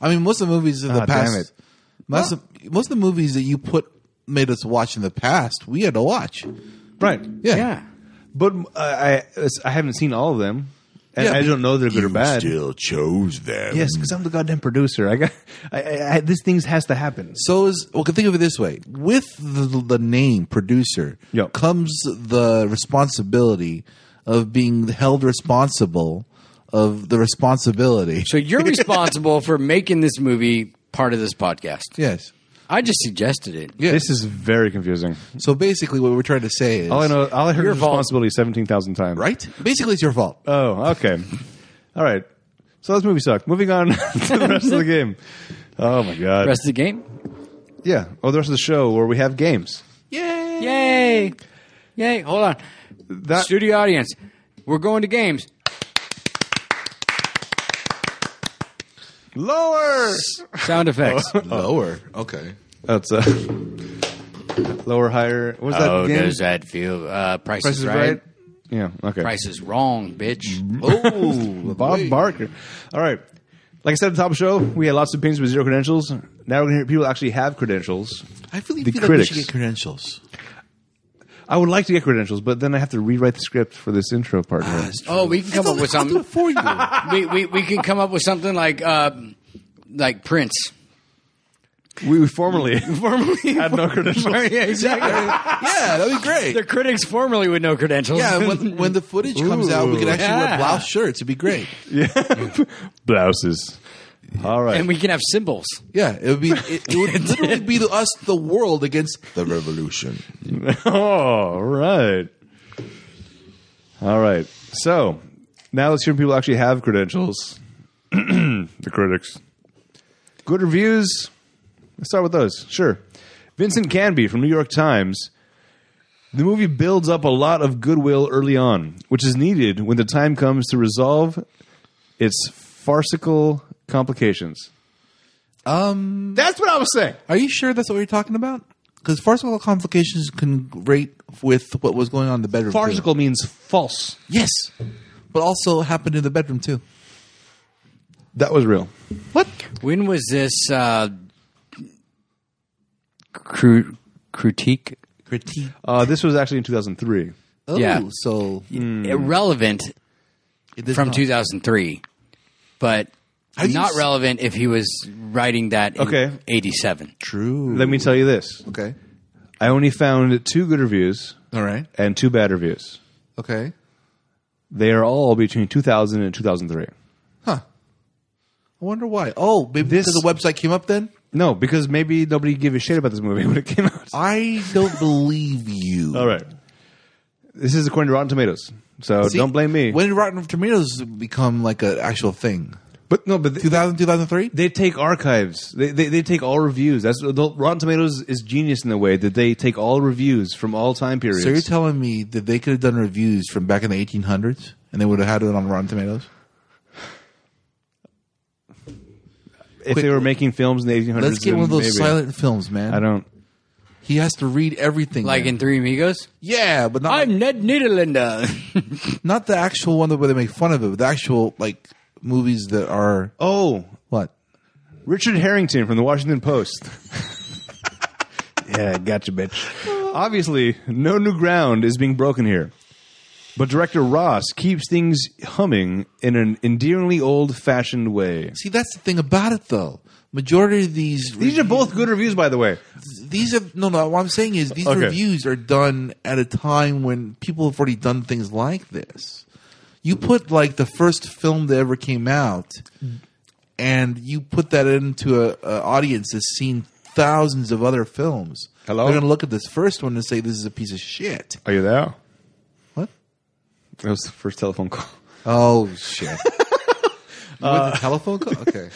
[SPEAKER 3] I mean, most of the movies of the
[SPEAKER 1] Ah, damn
[SPEAKER 3] past,
[SPEAKER 1] it.
[SPEAKER 3] most of, most of the movies that you put made us watch in the past, we had to watch.
[SPEAKER 1] right.
[SPEAKER 3] Yeah,
[SPEAKER 1] But uh, I, I haven't seen all of them, and
[SPEAKER 3] Yeah,
[SPEAKER 1] I
[SPEAKER 3] but
[SPEAKER 1] don't know they're good or bad.
[SPEAKER 3] chose them.
[SPEAKER 1] Yes, because I'm the goddamn producer. I got I, I, I, this thing has to happen.
[SPEAKER 3] So is well. Think of it this way: with the, the name producer
[SPEAKER 1] Yep.
[SPEAKER 3] comes the responsibility of being held responsible of the responsibility.
[SPEAKER 4] So you're responsible for making this movie part of this podcast.
[SPEAKER 3] Yes.
[SPEAKER 4] I just suggested it.
[SPEAKER 3] Yeah.
[SPEAKER 1] This is very confusing.
[SPEAKER 3] so basically, what we're trying to say is
[SPEAKER 1] All I know, all I heard
[SPEAKER 4] Your
[SPEAKER 1] is
[SPEAKER 4] fault.
[SPEAKER 1] responsibility seventeen thousand times.
[SPEAKER 3] right? Basically, it's your fault.
[SPEAKER 1] Oh, okay. All right. So this movie sucked. Moving on to the rest of the game. Oh my god.
[SPEAKER 4] Rest of the game.
[SPEAKER 1] yeah. Oh, the rest of the show where we have games.
[SPEAKER 4] Yay! Yay! Hold on,
[SPEAKER 1] That
[SPEAKER 4] studio audience. We're going to games.
[SPEAKER 1] Lower.
[SPEAKER 4] Sound effects.
[SPEAKER 3] Lower. Okay.
[SPEAKER 1] That's uh, lower, higher. What's that
[SPEAKER 4] How
[SPEAKER 1] again?
[SPEAKER 4] Oh, does that feel? Uh, price,
[SPEAKER 1] Price
[SPEAKER 4] is right.
[SPEAKER 1] Yeah. Okay.
[SPEAKER 4] Price is wrong, bitch.
[SPEAKER 3] Oh,
[SPEAKER 1] Bob Barker. All right. Like I said at the top of the show, we had lots of opinions with zero credentials. Now we're going to hear people actually have credentials.
[SPEAKER 3] I really
[SPEAKER 1] The
[SPEAKER 3] feel like we should
[SPEAKER 1] critics.
[SPEAKER 3] get credentials.
[SPEAKER 1] I would like to get credentials, but then I have to rewrite the script for this intro part. here.
[SPEAKER 4] Oh, we can come up with
[SPEAKER 3] I'll do
[SPEAKER 4] something.
[SPEAKER 3] it for you. I
[SPEAKER 4] we, we, we can come up with something like uh, like Prince.
[SPEAKER 1] we formerly
[SPEAKER 4] Formerly,
[SPEAKER 1] had no credentials.
[SPEAKER 4] yeah, exactly. yeah,
[SPEAKER 3] that'd be great.
[SPEAKER 4] The critics formerly with no credentials.
[SPEAKER 3] Yeah, when, when the footage comes out, we could actually
[SPEAKER 4] Yeah.
[SPEAKER 3] wear blouse shirts. It'd be great.
[SPEAKER 1] Blouses. All right.
[SPEAKER 4] and we can have symbols.
[SPEAKER 3] Yeah, it would be. It, it would literally be to us the world against the revolution.
[SPEAKER 1] All right. All right. So now let's hear if people actually have credentials. the critics. Good reviews. Let's start with those. Sure. Vincent Canby from New York Times. The movie builds up a lot of goodwill early on, which is needed when the time comes to resolve its farcical complications. Um, that's what I was saying.
[SPEAKER 3] Are you sure that's what you're talking about? Because farcical complications can rate with what was going on in the bedroom. too.
[SPEAKER 1] Farcical means false.
[SPEAKER 3] yes, but also happened in the bedroom too.
[SPEAKER 1] That was real.
[SPEAKER 3] What?
[SPEAKER 4] When was this uh, cru- critique
[SPEAKER 3] Critique.
[SPEAKER 1] Uh, this was actually in 2003.
[SPEAKER 3] Oh,
[SPEAKER 4] Yeah.
[SPEAKER 3] so
[SPEAKER 4] Hmm. irrelevant
[SPEAKER 3] it does
[SPEAKER 4] from
[SPEAKER 3] not-
[SPEAKER 4] 2003, but
[SPEAKER 3] do you
[SPEAKER 4] not
[SPEAKER 3] s-
[SPEAKER 4] relevant if he was writing that in
[SPEAKER 1] Okay.
[SPEAKER 4] 87.
[SPEAKER 3] True.
[SPEAKER 1] Let me tell you this.
[SPEAKER 3] okay.
[SPEAKER 1] I only found two good reviews
[SPEAKER 3] All right.
[SPEAKER 1] and two bad reviews.
[SPEAKER 3] Okay.
[SPEAKER 1] They are all between 2000 and 2003.
[SPEAKER 3] I wonder why. Oh, maybe
[SPEAKER 1] This-
[SPEAKER 3] this because the website came up then.
[SPEAKER 1] No, because maybe nobody gave a shit about this movie when it came out.
[SPEAKER 3] I don't believe you.
[SPEAKER 1] All right. This is according to Rotten Tomatoes. So
[SPEAKER 3] See,
[SPEAKER 1] don't blame me.
[SPEAKER 3] When did Rotten Tomatoes become like an actual thing?
[SPEAKER 1] but no, but th-
[SPEAKER 3] 2000, 2003?
[SPEAKER 1] they take archives. They, they they take all reviews. That's the, Rotten Tomatoes is genius in the way that they take all reviews from all time periods.
[SPEAKER 3] So you're telling me that they could have done reviews from back in the 1800s and they would have had it on Rotten Tomatoes?
[SPEAKER 1] if they were making films in the 1800s,
[SPEAKER 3] Let's get
[SPEAKER 1] then
[SPEAKER 3] one of those
[SPEAKER 1] maybe.
[SPEAKER 3] silent films, man.
[SPEAKER 1] I don't.
[SPEAKER 3] He has to read everything.
[SPEAKER 4] Like
[SPEAKER 3] man.
[SPEAKER 4] in Three Amigos?
[SPEAKER 3] yeah, but not
[SPEAKER 4] I'm Ned Niederlander.
[SPEAKER 3] not the actual one where they make fun of it, but the actual like movies that are
[SPEAKER 1] Oh,
[SPEAKER 3] what
[SPEAKER 1] Richard Harrington from the Washington Post. yeah, gotcha, bitch. Obviously, no new ground is being broken here. But director Ross keeps things humming in an endearingly old fashioned way.
[SPEAKER 3] See, that's the thing about it, though. Majority of these
[SPEAKER 1] These are both good reviews, by the way.
[SPEAKER 3] these are no, no. What I'm saying is these
[SPEAKER 1] Okay.
[SPEAKER 3] reviews are done at a time when people have already done things like this. You put like the first film that ever came out, and you put that into a, a audience that's seen thousands of other films.
[SPEAKER 1] Hello?
[SPEAKER 3] they're going to look at this first one and say this is a piece of shit.
[SPEAKER 1] Are you there?
[SPEAKER 3] What?
[SPEAKER 1] That was the first telephone call.
[SPEAKER 3] Oh shit! you want the telephone call? Okay.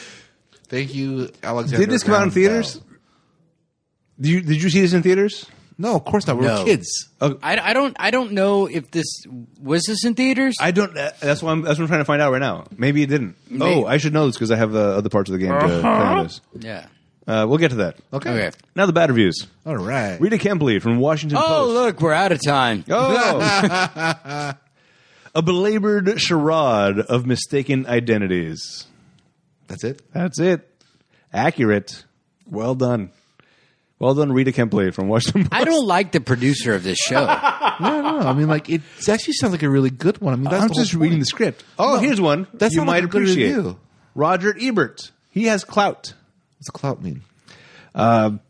[SPEAKER 3] Thank you, Alexander.
[SPEAKER 1] Did Uh, this come out in
[SPEAKER 3] Graham
[SPEAKER 1] theaters?
[SPEAKER 3] Bell.
[SPEAKER 1] Did you, did you see this in theaters?
[SPEAKER 3] No, of course not. We
[SPEAKER 4] No.
[SPEAKER 3] were kids.
[SPEAKER 4] I, I don't I don't know if this was this in theaters.
[SPEAKER 1] I don't. uh, That's why I'm. That's what I'm trying to find out right now. Maybe it didn't. Oh, I should know this because I have uh, other parts of the game to play on this.
[SPEAKER 4] yeah.
[SPEAKER 1] Uh, we'll get to that.
[SPEAKER 4] Okay.
[SPEAKER 1] Now the bad reviews.
[SPEAKER 3] All right.
[SPEAKER 1] Rita Kempley from Washington
[SPEAKER 4] Oh,
[SPEAKER 1] Post.
[SPEAKER 4] look, we're out of time.
[SPEAKER 1] Oh. a belabored charade of mistaken identities.
[SPEAKER 3] That's it.
[SPEAKER 1] That's it. Accurate. Well done. Well done, Rita Kempley from Washington Post.
[SPEAKER 4] I don't like the producer of this show.
[SPEAKER 3] No, no. I mean, like it actually sounds like a really good one. I mean, that's
[SPEAKER 1] I'm
[SPEAKER 3] the whole
[SPEAKER 1] just reading the
[SPEAKER 3] point.
[SPEAKER 1] script. Oh,
[SPEAKER 3] No,
[SPEAKER 1] here's one
[SPEAKER 3] that's
[SPEAKER 1] you
[SPEAKER 3] not like
[SPEAKER 1] might
[SPEAKER 3] a good
[SPEAKER 1] appreciate.
[SPEAKER 3] review.
[SPEAKER 1] Roger Ebert. He has clout.
[SPEAKER 3] What's clout mean?
[SPEAKER 4] Do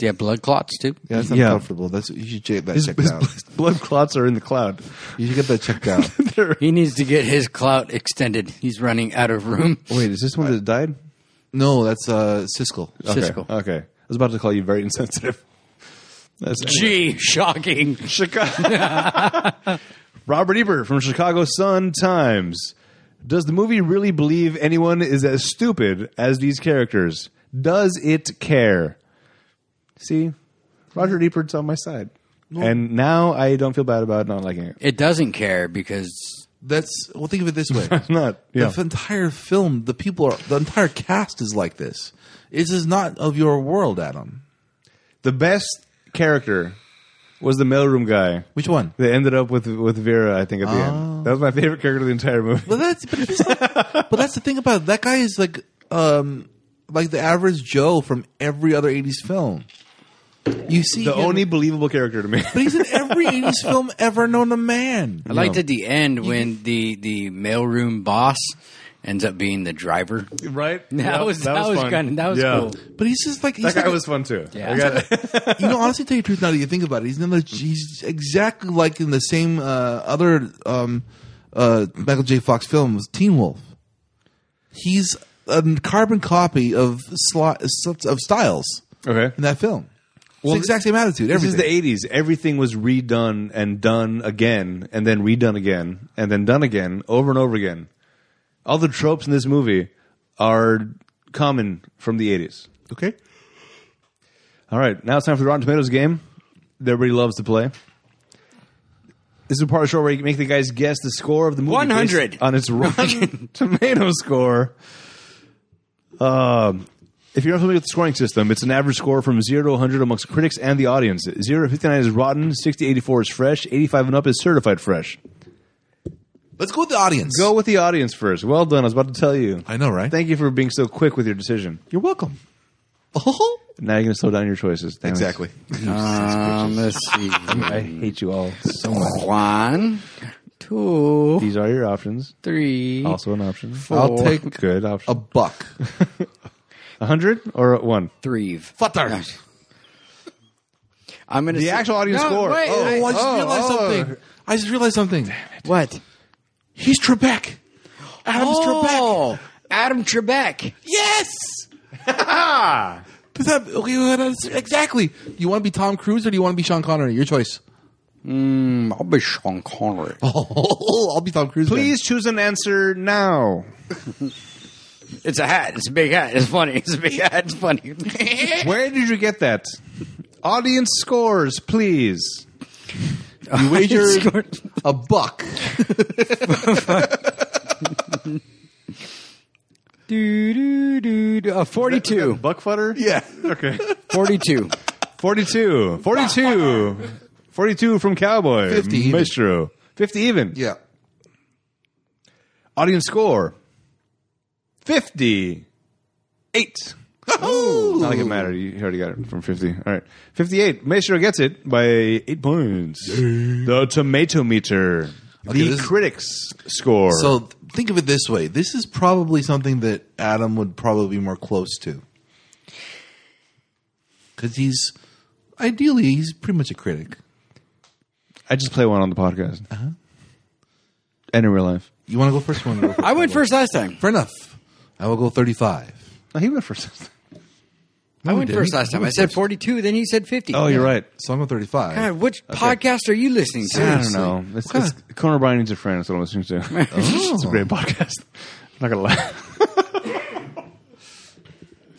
[SPEAKER 4] you have blood clots too?
[SPEAKER 3] Yeah, that's not
[SPEAKER 1] Yeah.
[SPEAKER 3] comfortable. That's you should check that
[SPEAKER 1] His,
[SPEAKER 3] checked
[SPEAKER 1] his
[SPEAKER 3] out.
[SPEAKER 1] blood clots are in the cloud.
[SPEAKER 3] You should get that checked out.
[SPEAKER 4] He needs to get his clout extended. He's running out of room.
[SPEAKER 1] Wait, is this one that died?
[SPEAKER 3] no, that's uh, Siskel.
[SPEAKER 1] Okay.
[SPEAKER 4] Siskel.
[SPEAKER 1] Okay. I was about to call you very insensitive. That's
[SPEAKER 4] Gee, shocking.
[SPEAKER 1] Chicago. Robert Ebert from Chicago Sun Times. Does the movie really believe anyone is as stupid as these characters? Does it care? See, Roger Ebert's on my side. And now I don't feel bad about not liking it.
[SPEAKER 4] It doesn't care because
[SPEAKER 3] That's well. Think of it this way:
[SPEAKER 1] not. Yeah.
[SPEAKER 3] the f- entire film, the people are, the entire cast is like this. This is not of your world, Adam.
[SPEAKER 1] The best character was the mailroom guy.
[SPEAKER 3] Which one?
[SPEAKER 1] They ended up with with Vera, I think, at the end. That was my favorite character of the entire movie.
[SPEAKER 3] But that's but, he's not- but that's the thing about it. that guy is like um like the average Joe from every other '80s film. You see,
[SPEAKER 1] The
[SPEAKER 3] him-
[SPEAKER 1] only believable character to me.
[SPEAKER 3] but he's in every '80s film ever known to man.
[SPEAKER 4] I liked at the end when the the mailroom boss ends up being the driver.
[SPEAKER 1] right?
[SPEAKER 4] That was- that was
[SPEAKER 1] fun.
[SPEAKER 4] kinda- that was cool.
[SPEAKER 3] But he's just like he's
[SPEAKER 1] That guy
[SPEAKER 3] like a-
[SPEAKER 1] was fun too.
[SPEAKER 4] Yeah.
[SPEAKER 1] I got it.
[SPEAKER 3] you know, honestly, tell you the truth now that you think about it, he's, in the, he's exactly like in the same uh, other um, uh, Michael J. Fox film, was Teen Wolf. He's a carbon copy of Sly, of Styles
[SPEAKER 1] Okay.
[SPEAKER 3] in that film. It's the exact same attitude.
[SPEAKER 1] This is
[SPEAKER 3] Everything.
[SPEAKER 1] the 80s. Everything was redone and done again and then redone again and then done again over and over again. All the tropes in this movie are common from the 80s.
[SPEAKER 3] okay.
[SPEAKER 1] All right, now it's time for the Rotten Tomatoes game that everybody loves to play. This is a part of the show where you make the guys guess the score of the movie. based
[SPEAKER 4] 100.
[SPEAKER 1] On its Rotten Tomato score. Um, if you're not familiar with the scoring system, it's an average score from 0 to 100 amongst critics and the audience. 0 to 59 is rotten, 60 to 84 is fresh, 85 and up is certified fresh.
[SPEAKER 3] Let's go with the audience.
[SPEAKER 1] Go with the audience first. Well done. I was about to tell you.
[SPEAKER 3] I know, right?
[SPEAKER 1] Thank you for being so quick with your decision.
[SPEAKER 3] You're welcome.
[SPEAKER 1] Now you're going to slow down your choices. Damn it.
[SPEAKER 3] exactly.
[SPEAKER 4] Um, let's see.
[SPEAKER 1] I hate you all so much.
[SPEAKER 4] One, two,
[SPEAKER 1] These are your options.
[SPEAKER 4] three.
[SPEAKER 1] Also an option.
[SPEAKER 3] I'll take
[SPEAKER 1] good
[SPEAKER 3] a
[SPEAKER 1] option.
[SPEAKER 3] buck.
[SPEAKER 1] A hundred or a one?
[SPEAKER 4] three.
[SPEAKER 3] Futter.
[SPEAKER 4] I'm gonna
[SPEAKER 1] The
[SPEAKER 4] say-
[SPEAKER 1] actual audience
[SPEAKER 4] No,
[SPEAKER 1] score.
[SPEAKER 4] wait,
[SPEAKER 3] Oh,
[SPEAKER 4] I-
[SPEAKER 3] I just realized
[SPEAKER 1] oh.
[SPEAKER 3] something. I just realized something.
[SPEAKER 4] what?
[SPEAKER 3] He's Trebek. Adam Trebek.
[SPEAKER 4] Oh, Adam Trebek.
[SPEAKER 3] Yes. Does that okay? well, that's- Exactly. Do you want to be Tom Cruise or do you want to be Sean Connery? Your choice.
[SPEAKER 4] I'll be Sean Connery.
[SPEAKER 3] Oh, I'll be Tom Cruise. then.
[SPEAKER 1] Please choose an answer now.
[SPEAKER 4] It's a hat. It's a big hat. It's funny. It's a big hat. It's funny.
[SPEAKER 1] Where did you get that? Audience scores, please.
[SPEAKER 3] you wager a buck.
[SPEAKER 4] do, do, do, do. Uh, 42.
[SPEAKER 1] Buck Futter?
[SPEAKER 3] Yeah.
[SPEAKER 1] Okay.
[SPEAKER 4] 42.
[SPEAKER 1] 42. 42. 42 from Cowboy.
[SPEAKER 3] 50 even.
[SPEAKER 1] Maestro. 50 even.
[SPEAKER 3] Yeah.
[SPEAKER 1] Audience score 58. Not like it mattered. You already got it from 50. All right. 58. Maestro gets it by eight points. The tomato meter.
[SPEAKER 3] Okay,
[SPEAKER 1] the
[SPEAKER 3] this is-
[SPEAKER 1] critics score.
[SPEAKER 3] So th- think of it this way: this is probably something that Adam would probably be more close to, because he's ideally he's pretty much a critic.
[SPEAKER 1] I just play one on the podcast. And in real life.
[SPEAKER 3] You want to go first one?
[SPEAKER 4] I went first last time.
[SPEAKER 3] Fair enough. I will go thirty-five.
[SPEAKER 1] No, he went first.
[SPEAKER 4] I went
[SPEAKER 3] didn't.
[SPEAKER 4] first last time. I said 42, then he said 50.
[SPEAKER 1] Oh, you're right.
[SPEAKER 3] So I'm a thirty-five.
[SPEAKER 4] God, which podcast are you listening
[SPEAKER 1] I
[SPEAKER 4] to?
[SPEAKER 1] don't
[SPEAKER 3] Seriously.
[SPEAKER 1] know. It's, it's, Conor O'Brien needs a friend. That's what I'm listening to. it's a great podcast. Oh. I'm not going to lie.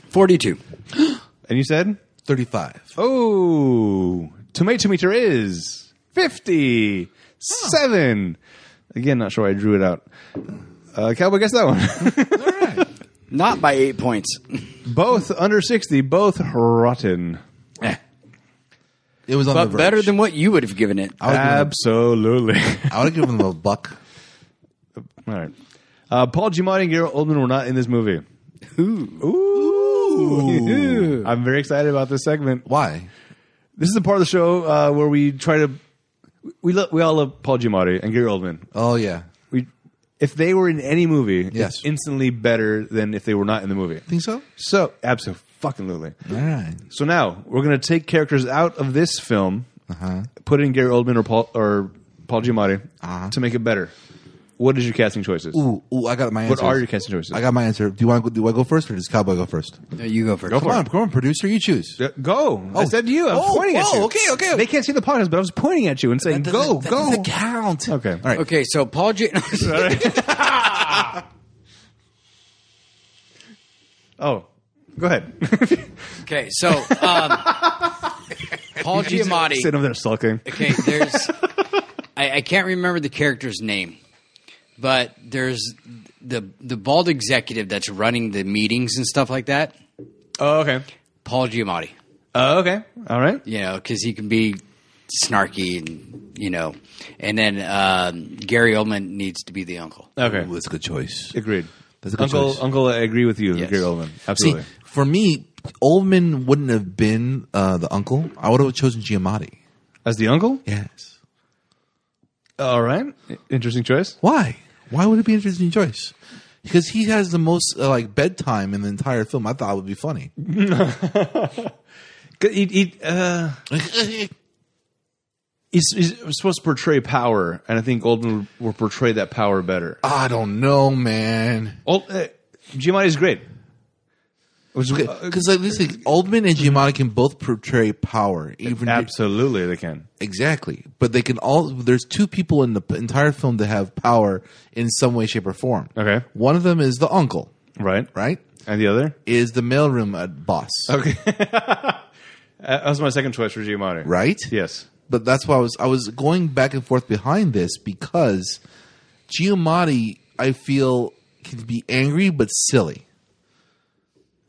[SPEAKER 4] 42.
[SPEAKER 1] And you said?
[SPEAKER 3] Thirty-five.
[SPEAKER 1] Oh, tomato meter is 57. Again, not sure why I drew it out. Uh, Cowboy, guess that one.
[SPEAKER 4] Not by eight points.
[SPEAKER 1] both under 60, both rotten.
[SPEAKER 3] It was on
[SPEAKER 4] Eh, But
[SPEAKER 3] the verge.
[SPEAKER 4] better than what you would have given it.
[SPEAKER 3] I would have
[SPEAKER 1] Absolutely.
[SPEAKER 3] I would have given them a buck.
[SPEAKER 1] All right. Uh, Paul Giamatti and Gary Oldman were not in this movie. Ooh. I'm very excited about this segment.
[SPEAKER 3] Why?
[SPEAKER 1] This is the part of the show uh, where we try to. We, lo- we all love Paul Giamatti and Gary Oldman.
[SPEAKER 3] Oh yeah,
[SPEAKER 1] we if they were in any movie,
[SPEAKER 3] Yes.
[SPEAKER 1] it's instantly better than if they were not in the movie.
[SPEAKER 3] think so.
[SPEAKER 1] So absolutely.
[SPEAKER 3] All right.
[SPEAKER 1] So now we're gonna take characters out of this film,
[SPEAKER 3] Uh-huh.
[SPEAKER 1] put in Gary Oldman or Paul or Paul Giamatti to make it better. What is your casting choices?
[SPEAKER 3] Uh-huh. Ooh, ooh, I got my answer.
[SPEAKER 1] what are your casting choices?
[SPEAKER 3] I got my answer. Do you want? To go, do I go first, or does Cowboy go first?
[SPEAKER 4] No, you go first.
[SPEAKER 1] Go for
[SPEAKER 3] Come on, come on, producer, you choose.
[SPEAKER 1] Uh, Go! I said you. I'm
[SPEAKER 3] Oh,
[SPEAKER 1] pointing at
[SPEAKER 3] whoa,
[SPEAKER 1] you.
[SPEAKER 3] okay, okay.
[SPEAKER 1] They can't see the podcast, but I was pointing at you and saying, "Go,
[SPEAKER 3] That
[SPEAKER 1] go."
[SPEAKER 3] doesn't count.
[SPEAKER 1] Okay.
[SPEAKER 3] All right.
[SPEAKER 4] Okay, so Paul J.
[SPEAKER 1] Oh, go ahead.
[SPEAKER 4] okay, so um, Paul Giamatti.
[SPEAKER 1] Sitting over there sulking.
[SPEAKER 4] Okay, there's. I, I can't remember the character's name, but there's the the bald executive that's running the meetings and stuff like that.
[SPEAKER 1] Oh, okay.
[SPEAKER 4] Paul Giamatti,
[SPEAKER 1] Oh, okay. All right.
[SPEAKER 4] you know, because he can be snarky and you know, and then um, Gary Oldman needs to be the uncle.
[SPEAKER 1] Okay.
[SPEAKER 3] Ooh, that's a good choice.
[SPEAKER 1] Agreed.
[SPEAKER 3] That's a good
[SPEAKER 1] Uncle,
[SPEAKER 3] choice.
[SPEAKER 1] Uncle, I agree with you,
[SPEAKER 4] Yes.
[SPEAKER 1] Gary Oldman.
[SPEAKER 3] See,
[SPEAKER 1] Absolutely.
[SPEAKER 3] for me, Oldman wouldn't have been uh, the uncle. I would have chosen Giamatti.
[SPEAKER 1] As the uncle?
[SPEAKER 3] Yes.
[SPEAKER 1] All right. Interesting choice.
[SPEAKER 3] Why? Why would it be an interesting choice? Because he has the most uh, like bedtime in the entire film. I thought it would be funny.
[SPEAKER 1] 'Cause He, he, uh, he's, he's supposed to portray power, and I think Oldman will portray that power better.
[SPEAKER 3] I don't know, man.
[SPEAKER 1] Old, uh, Giamatti is great. Which is, uh,
[SPEAKER 3] Because like this, Oldman and Giamatti can both portray power. Even
[SPEAKER 1] absolutely, they can.
[SPEAKER 3] exactly, but they can all. There's two people in the p- entire film that have power in some way, shape, or form.
[SPEAKER 1] Okay.
[SPEAKER 3] One of them is the uncle,
[SPEAKER 1] Right.
[SPEAKER 3] right?
[SPEAKER 1] And the other?
[SPEAKER 3] Is the mailroom uh, boss,
[SPEAKER 1] Okay. Uh, that was my second choice for Giamatti.
[SPEAKER 3] right?
[SPEAKER 1] Yes.
[SPEAKER 3] but that's why I was I was going back and forth behind this because Giamatti I feel can be angry but silly.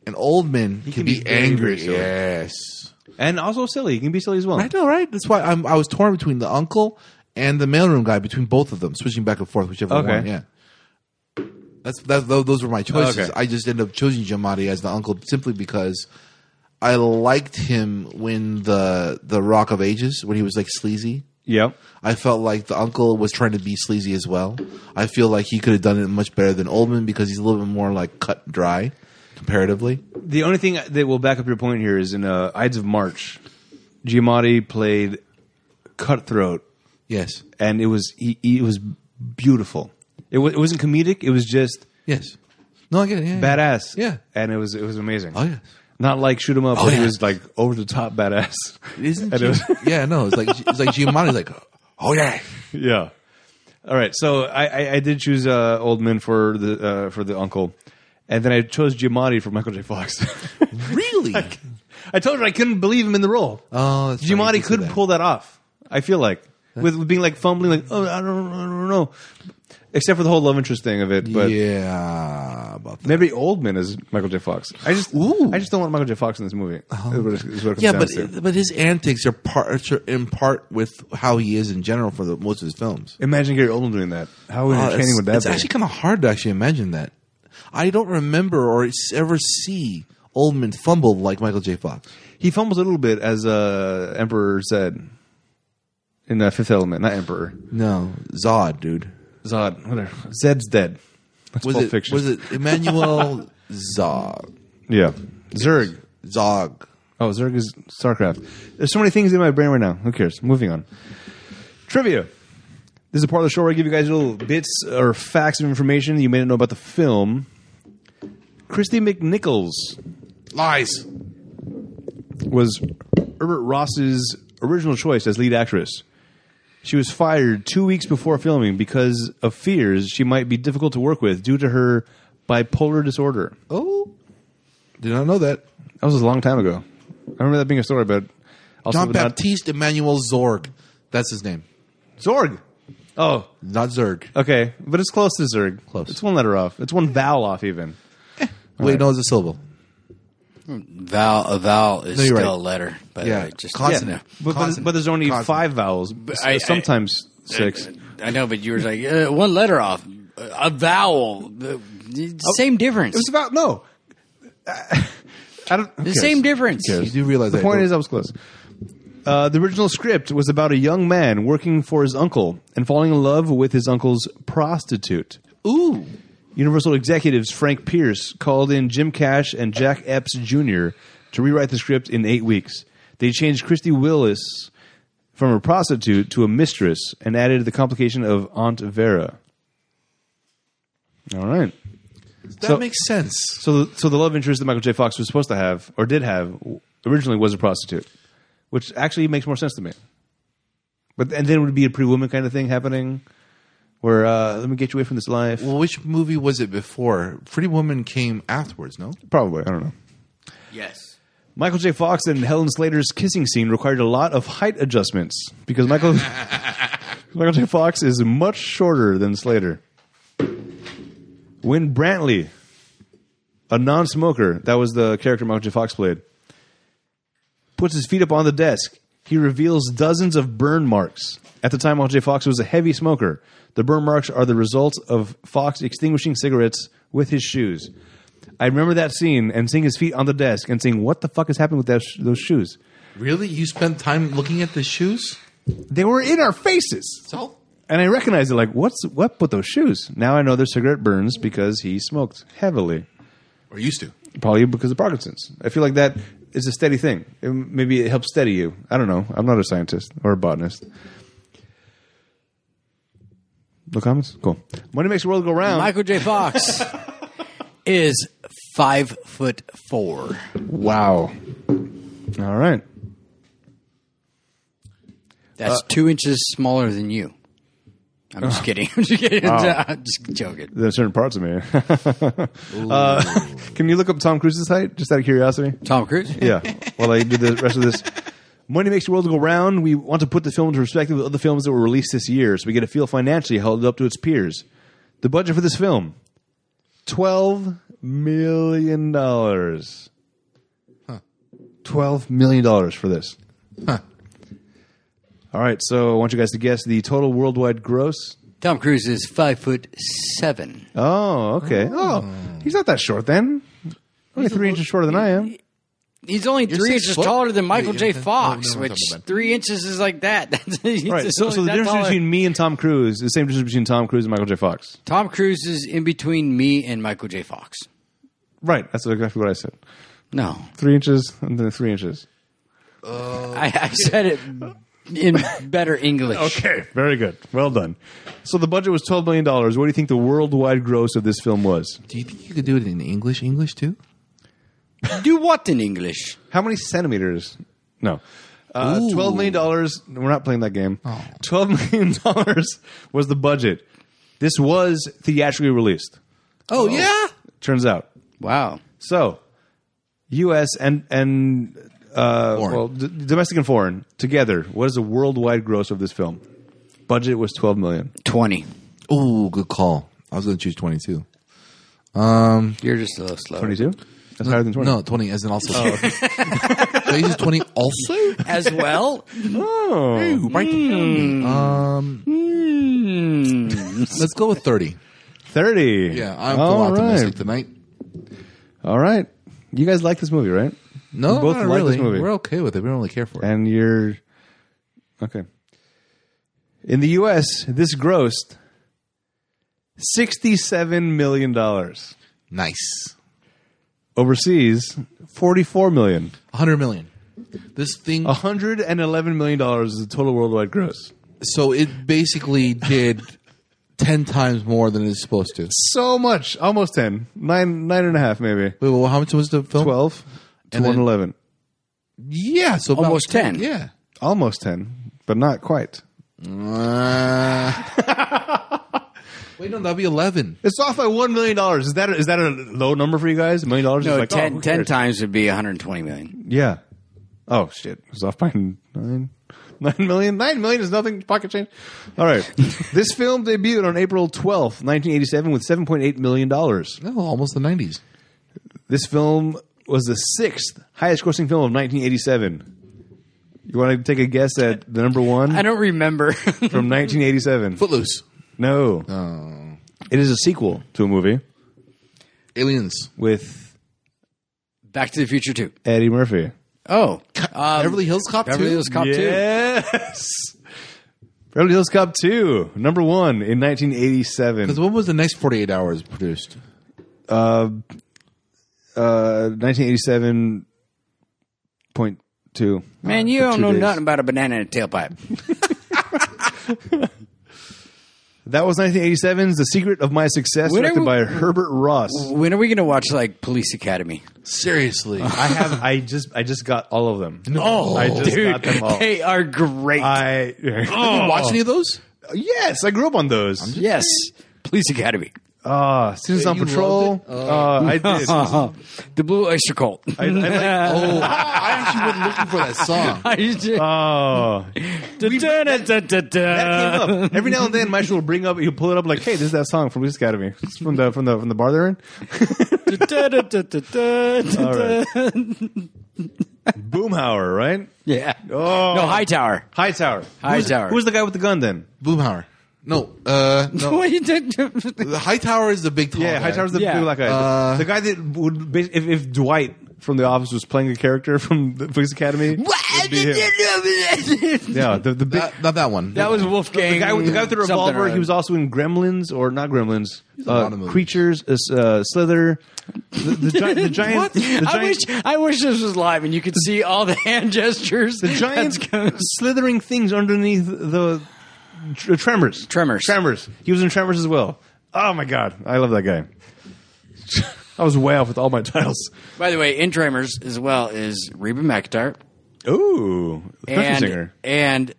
[SPEAKER 3] An old man can,
[SPEAKER 1] can
[SPEAKER 3] be,
[SPEAKER 1] be angry,
[SPEAKER 3] angry.
[SPEAKER 1] silly.
[SPEAKER 3] yes.
[SPEAKER 1] And also silly. He can be silly as well.
[SPEAKER 3] I know, right? That's why I'm, I was torn between the uncle and the mailroom guy, between both of them, switching back and forth, whichever
[SPEAKER 1] Okay.
[SPEAKER 3] one. Yeah. That's, that's tho- those were my choices.
[SPEAKER 1] Okay.
[SPEAKER 3] I just ended up choosing Giamatti as the uncle simply because I liked him when the the Rock of Ages when he was like sleazy.
[SPEAKER 1] Yep.
[SPEAKER 3] I felt like the uncle was trying to be sleazy as well. I feel like he could have done it much better than Oldman because he's a little bit more like cut and dry comparatively.
[SPEAKER 1] The only thing that will back up your point here is in uh, Ides of March, Giamatti played Cutthroat,
[SPEAKER 3] Yes.
[SPEAKER 1] and it was he, he, it was beautiful. It, was, it wasn't comedic. It was just
[SPEAKER 3] Yes. No, I get it. Yeah, yeah.
[SPEAKER 1] badass.
[SPEAKER 3] Yeah.
[SPEAKER 1] and it was it was amazing.
[SPEAKER 3] Oh, yes.
[SPEAKER 1] Not like shoot 'em up,
[SPEAKER 3] Oh,
[SPEAKER 1] but he
[SPEAKER 3] yeah.
[SPEAKER 1] was like over the top badass.
[SPEAKER 3] Isn't
[SPEAKER 1] And it was-
[SPEAKER 3] Gi- yeah, no, it's like it's like Giamatti's like, oh yeah,
[SPEAKER 1] yeah. All right, so I, I, I did choose uh, Oldman for the uh, for the uncle, and then I chose Giamatti for Michael J. Fox.
[SPEAKER 3] really?
[SPEAKER 1] I told her I couldn't believe him in the role.
[SPEAKER 3] Oh, that's right, you
[SPEAKER 1] Giamatti
[SPEAKER 3] did
[SPEAKER 1] could
[SPEAKER 3] that.
[SPEAKER 1] pull that off. I feel like with, with being like fumbling, like oh, I don't, I don't know. Except for the whole love interest thing of it, but
[SPEAKER 3] yeah, about that.
[SPEAKER 1] maybe Oldman is Michael J. Fox. I just,
[SPEAKER 3] Ooh. Oh,
[SPEAKER 1] I just don't want Michael J. Fox in this movie. is what it- is what it comes
[SPEAKER 3] yeah,
[SPEAKER 1] down
[SPEAKER 3] but
[SPEAKER 1] to.
[SPEAKER 3] but his antics are part are in part with how he is in general for the, most of his films.
[SPEAKER 1] imagine Gary Oldman doing that. How
[SPEAKER 3] Oh,
[SPEAKER 1] entertaining
[SPEAKER 3] it's,
[SPEAKER 1] would that
[SPEAKER 3] it's
[SPEAKER 1] be?
[SPEAKER 3] actually kind of hard to actually imagine that. I don't remember or s- ever see Oldman fumble like Michael J. Fox.
[SPEAKER 1] he fumbles a little bit, as uh, Emperor said in uh, Fifth Element. Not Emperor
[SPEAKER 3] No, Zod, dude.
[SPEAKER 1] Zod. Whatever. Zed's dead. That's
[SPEAKER 3] Was
[SPEAKER 1] Pulp
[SPEAKER 3] it
[SPEAKER 1] Fiction.
[SPEAKER 3] was it Emmanuel Zog?
[SPEAKER 1] Yeah, Zurg.
[SPEAKER 3] Zog.
[SPEAKER 1] Oh, Zerg is StarCraft. There's so many things in my brain right now. Who cares? Moving on. Trivia. This is a part of the show where I give you guys little bits or facts of information you may not know about the film. Christy McNichols
[SPEAKER 3] Lies.
[SPEAKER 1] was Herbert Ross's original choice as lead actress. She was fired two weeks before filming because of fears she might be difficult to work with due to her bipolar disorder.
[SPEAKER 3] Oh, did not know that.
[SPEAKER 1] That was a long time ago. I remember that being a story, but also
[SPEAKER 3] John
[SPEAKER 1] not-
[SPEAKER 3] Baptiste Emmanuel Zorg. That's his name.
[SPEAKER 1] Zorg. Oh,
[SPEAKER 3] Not Zerg.
[SPEAKER 1] Okay, but it's close to Zerg.
[SPEAKER 3] Close.
[SPEAKER 1] It's one letter off. It's one vowel off, even.
[SPEAKER 3] Wait, no, it's a syllable.
[SPEAKER 4] Val a vowel is
[SPEAKER 3] No, you're
[SPEAKER 4] still a
[SPEAKER 3] right.
[SPEAKER 4] letter, by the
[SPEAKER 3] Yeah.
[SPEAKER 4] way, just
[SPEAKER 3] Consonant.
[SPEAKER 4] Yeah.
[SPEAKER 1] But, but,
[SPEAKER 3] Consonant.
[SPEAKER 1] but there's only
[SPEAKER 3] Consonant.
[SPEAKER 1] five vowels,
[SPEAKER 4] I- I-
[SPEAKER 1] sometimes six.
[SPEAKER 4] I know, but you were like uh, one letter off, Uh, a vowel, Uh, same difference,
[SPEAKER 1] Oh. It was about no. I don't,
[SPEAKER 4] the same difference.
[SPEAKER 1] Who cares?
[SPEAKER 3] You do realize
[SPEAKER 1] The
[SPEAKER 3] that-
[SPEAKER 1] point is, I was close. Uh, the original script was about a young man working for his uncle and falling in love with his uncle's prostitute.
[SPEAKER 3] Ooh,
[SPEAKER 1] Universal executives Frank Pierce called in Jim Cash and Jack Epps Jr. to rewrite the script in eight weeks. They changed Christy Willis from a prostitute to a mistress and added the complication of Aunt Vera. All right.
[SPEAKER 3] that
[SPEAKER 1] So-
[SPEAKER 3] makes sense.
[SPEAKER 1] So, the, so the love interest that Michael J. Fox was supposed to have, or did have, w- originally was a prostitute, which actually makes more sense to me. But and then it would be a pre woman kind of thing happening, where uh, let me get you away from this life.
[SPEAKER 3] Well, which movie was it before? Pretty Woman came afterwards. No,
[SPEAKER 1] Probably, I don't know.
[SPEAKER 4] Yes.
[SPEAKER 1] Michael J. Fox and Helen Slater's kissing scene required a lot of height adjustments because Michael Michael J. Fox is much shorter than Slater. When Brantley, a non-smoker, that was the character Michael J. Fox played, puts his feet up on the desk, he reveals dozens of burn marks. At the time, Michael J. Fox was a heavy smoker. The burn marks are the result of Fox extinguishing cigarettes with his shoes. I remember that scene and seeing his feet on the desk and seeing what the fuck is happening with that sh- those shoes.
[SPEAKER 3] Really? You spent time looking at the shoes?
[SPEAKER 1] They were in our faces.
[SPEAKER 3] So?
[SPEAKER 1] And I recognized it like, what's what put those shoes? Now I know they're cigarette burns because he smoked heavily.
[SPEAKER 3] Or used to.
[SPEAKER 1] Probably because of Parkinson's. I feel like that is a steady thing. It- maybe it helps steady you. I don't know. I'm not a scientist or a botanist. No comments? Cool. Money makes the world go round.
[SPEAKER 4] Michael J. Fox is five foot four.
[SPEAKER 1] wow. All right.
[SPEAKER 4] That's
[SPEAKER 1] Uh.
[SPEAKER 4] two inches smaller than you. I'm just kidding. I'm just kidding. I'm just joking.
[SPEAKER 1] There's certain parts of me. uh, can you look up Tom Cruise's height? Just out of curiosity.
[SPEAKER 4] Tom Cruise.
[SPEAKER 1] Yeah. While I do the rest of this. Money Makes the World Go Round, we want to put the film into perspective with other films that were released this year so we get a feel financially held up to its peers. The budget for this film $12 million. $12 million for this. All right, so I want you guys to guess the total worldwide gross.
[SPEAKER 4] Tom Cruise is five foot seven.
[SPEAKER 1] Oh, okay. Oh, he's not that short then. Only three inches shorter than I am.
[SPEAKER 4] He's only three
[SPEAKER 3] six
[SPEAKER 4] inches
[SPEAKER 3] foot?
[SPEAKER 4] taller than Michael
[SPEAKER 3] Yeah,
[SPEAKER 4] J.
[SPEAKER 3] that's-
[SPEAKER 4] Fox,
[SPEAKER 3] no, no, no,
[SPEAKER 4] which
[SPEAKER 3] no, no.
[SPEAKER 4] three inches is like that. That's- he's
[SPEAKER 1] Right. So,
[SPEAKER 4] only
[SPEAKER 1] so the
[SPEAKER 4] that
[SPEAKER 1] difference
[SPEAKER 4] taller.
[SPEAKER 1] between me and Tom Cruise is the same difference between Tom Cruise and Michael J. Fox.
[SPEAKER 4] Tom Cruise is in between me and Michael J. Fox.
[SPEAKER 1] Right. That's exactly what I said.
[SPEAKER 4] No,
[SPEAKER 1] Three inches and then three inches.
[SPEAKER 4] I, I said it in better English.
[SPEAKER 1] Okay. Very good. Well done. So the budget was twelve million dollars. What do you think the worldwide gross of this film was?
[SPEAKER 3] Do you think you could do it in English? English too?
[SPEAKER 4] Do what in English?
[SPEAKER 1] How many centimeters? No. Uh, twelve million dollars. We're not playing that game. Twelve million dollars was the budget. This was theatrically released.
[SPEAKER 3] Oh, yeah.
[SPEAKER 1] Turns out.
[SPEAKER 4] Wow.
[SPEAKER 1] So, U.S. and and uh,
[SPEAKER 3] Foreign.
[SPEAKER 1] well, d- domestic and foreign together. What is the worldwide gross of this film? Budget was twelve million.
[SPEAKER 4] 20.
[SPEAKER 3] Ooh, good call. I was going to choose 22.
[SPEAKER 4] You're just a little slow.
[SPEAKER 1] Twenty-two. That's higher than twenty.
[SPEAKER 3] No, 20 as in also. so you choose 20 also?
[SPEAKER 4] As well?
[SPEAKER 1] Oh. Hmm.
[SPEAKER 3] Uh,
[SPEAKER 4] Hmm.
[SPEAKER 3] Let's go with 30.
[SPEAKER 1] Thirty.
[SPEAKER 3] Yeah, I'm
[SPEAKER 1] All
[SPEAKER 3] full optimistic
[SPEAKER 1] right.
[SPEAKER 3] tonight.
[SPEAKER 1] All right. You guys like this movie, right?
[SPEAKER 3] No,
[SPEAKER 1] We both
[SPEAKER 3] not
[SPEAKER 1] like
[SPEAKER 3] really.
[SPEAKER 1] this movie.
[SPEAKER 3] We're okay with it. We don't really care for it.
[SPEAKER 1] And you're okay. In the U.S., this grossed sixty-seven million dollars.
[SPEAKER 3] Nice.
[SPEAKER 1] Overseas, forty-four million.
[SPEAKER 3] 100 million. This
[SPEAKER 1] Oh.
[SPEAKER 3] thing.
[SPEAKER 1] hundred and eleven million dollars is the total worldwide gross.
[SPEAKER 3] So it basically did 10 times more than it's supposed to. Wait,
[SPEAKER 1] So much, almost ten, nine, nine and a half, maybe
[SPEAKER 3] well, how much was the film?
[SPEAKER 1] twelve to
[SPEAKER 3] And then-
[SPEAKER 1] one eleven,
[SPEAKER 3] Yeah, so about
[SPEAKER 4] Almost 10.
[SPEAKER 3] Yeah.
[SPEAKER 1] almost ten, but not quite.
[SPEAKER 3] Wait, no, that'd be 11.
[SPEAKER 1] It's off by one million dollars. Is that is that a low number for you guys? A million dollars?
[SPEAKER 4] No,
[SPEAKER 1] is like,
[SPEAKER 4] 10,
[SPEAKER 1] oh, who
[SPEAKER 4] 10
[SPEAKER 1] cares?
[SPEAKER 4] times would be 120 million.
[SPEAKER 1] Yeah. Oh shit! It's off by nine. Nine million? Nine million is nothing. Pocket change. All right. this film debuted on April twelfth, nineteen eighty-seven, with seven point eight million dollars.
[SPEAKER 3] No, almost the 90s.
[SPEAKER 1] This film was the sixth highest-grossing film of 1987. You want to take a guess at the number one
[SPEAKER 4] I don't remember.
[SPEAKER 1] from 1987?
[SPEAKER 3] Footloose.
[SPEAKER 1] No, Oh. it is a sequel to a movie
[SPEAKER 3] Aliens.
[SPEAKER 1] with
[SPEAKER 4] Back to the Future 2.
[SPEAKER 1] Eddie Murphy.
[SPEAKER 4] Oh. Um,
[SPEAKER 3] Beverly Hills Cop
[SPEAKER 4] Beverly
[SPEAKER 3] 2.
[SPEAKER 4] Hills Cop 2.
[SPEAKER 1] yes, Beverly Hills Cop Two, number one in 1987.
[SPEAKER 3] Because when was the next 48 hours produced?
[SPEAKER 1] Uh, 1987 point two.
[SPEAKER 4] Man,
[SPEAKER 1] Uh,
[SPEAKER 4] you
[SPEAKER 1] for
[SPEAKER 4] don't
[SPEAKER 1] two
[SPEAKER 4] know
[SPEAKER 1] days.
[SPEAKER 4] nothing about a banana and a tailpipe.
[SPEAKER 1] That was 1987's "The Secret of My Success,"
[SPEAKER 4] When are
[SPEAKER 1] directed
[SPEAKER 4] we-
[SPEAKER 1] by Herbert Ross.
[SPEAKER 4] When are we going to watch, like, Police Academy?
[SPEAKER 3] Seriously.
[SPEAKER 1] I have. I just. I just got all of them.
[SPEAKER 3] No.
[SPEAKER 1] I just
[SPEAKER 4] Dude,
[SPEAKER 1] got them all.
[SPEAKER 4] they are great.
[SPEAKER 1] I
[SPEAKER 3] Did you watch any of those?
[SPEAKER 1] yes, I grew up on those.
[SPEAKER 4] yes. Police Academy.
[SPEAKER 1] Ah, Citizens on
[SPEAKER 3] you
[SPEAKER 1] Patrol.
[SPEAKER 3] loved it? Oh.
[SPEAKER 1] Uh, I did. I,
[SPEAKER 4] the Blue Oyster Cult.
[SPEAKER 1] I like,
[SPEAKER 3] Oh, I actually went looking for that song.
[SPEAKER 4] I used to-
[SPEAKER 1] oh, that
[SPEAKER 4] Da-da-da-da-da.
[SPEAKER 1] came up. Every now and then, Maestro will bring up, he'll pull it up like, "Hey, this is that song from Police Academy, It's from the from the from the bar they're in." All
[SPEAKER 4] Da-da-da-da-da-da.
[SPEAKER 1] right. Boomhauer, right?
[SPEAKER 4] Yeah.
[SPEAKER 1] Oh,
[SPEAKER 4] No, Hightower.
[SPEAKER 1] Hightower.
[SPEAKER 4] Hightower.
[SPEAKER 1] Who's, who's the guy with the gun then?
[SPEAKER 3] Boomhauer. No, uh, no.
[SPEAKER 4] What you did-
[SPEAKER 3] The Hightower is the big tall
[SPEAKER 1] Yeah,
[SPEAKER 3] guy.
[SPEAKER 1] Hightower's the
[SPEAKER 4] Yeah.
[SPEAKER 1] big black guy.
[SPEAKER 3] Uh,
[SPEAKER 1] the guy that would, bas- if, if Dwight from The Office was playing a character from the Police Academy, it'd be him. Uh, yeah, the, the big.
[SPEAKER 3] That- not that one.
[SPEAKER 4] That was Wolfgang.
[SPEAKER 1] the guy, with- the guy with the
[SPEAKER 4] something or
[SPEAKER 1] revolver.
[SPEAKER 4] other.
[SPEAKER 1] He was also in Gremlins, or not Gremlins,
[SPEAKER 3] a lot of
[SPEAKER 1] uh,
[SPEAKER 3] movies.
[SPEAKER 1] Creatures, uh, s- uh, Slither, the, the, gi- the giant.
[SPEAKER 4] What?
[SPEAKER 1] The giant
[SPEAKER 4] I wish I wish this was live and you could see all the hand gestures.
[SPEAKER 1] the giant
[SPEAKER 4] That's going-
[SPEAKER 1] slithering things underneath the tr- uh, tremors.
[SPEAKER 4] Tremors.
[SPEAKER 1] Tremors. He was in Tremors as well. Oh my god, I love that guy. I was way off with all my titles.
[SPEAKER 4] By the way, in Tremors as well is Reba McIntyre
[SPEAKER 1] Ooh, country
[SPEAKER 4] and
[SPEAKER 1] singer.
[SPEAKER 4] and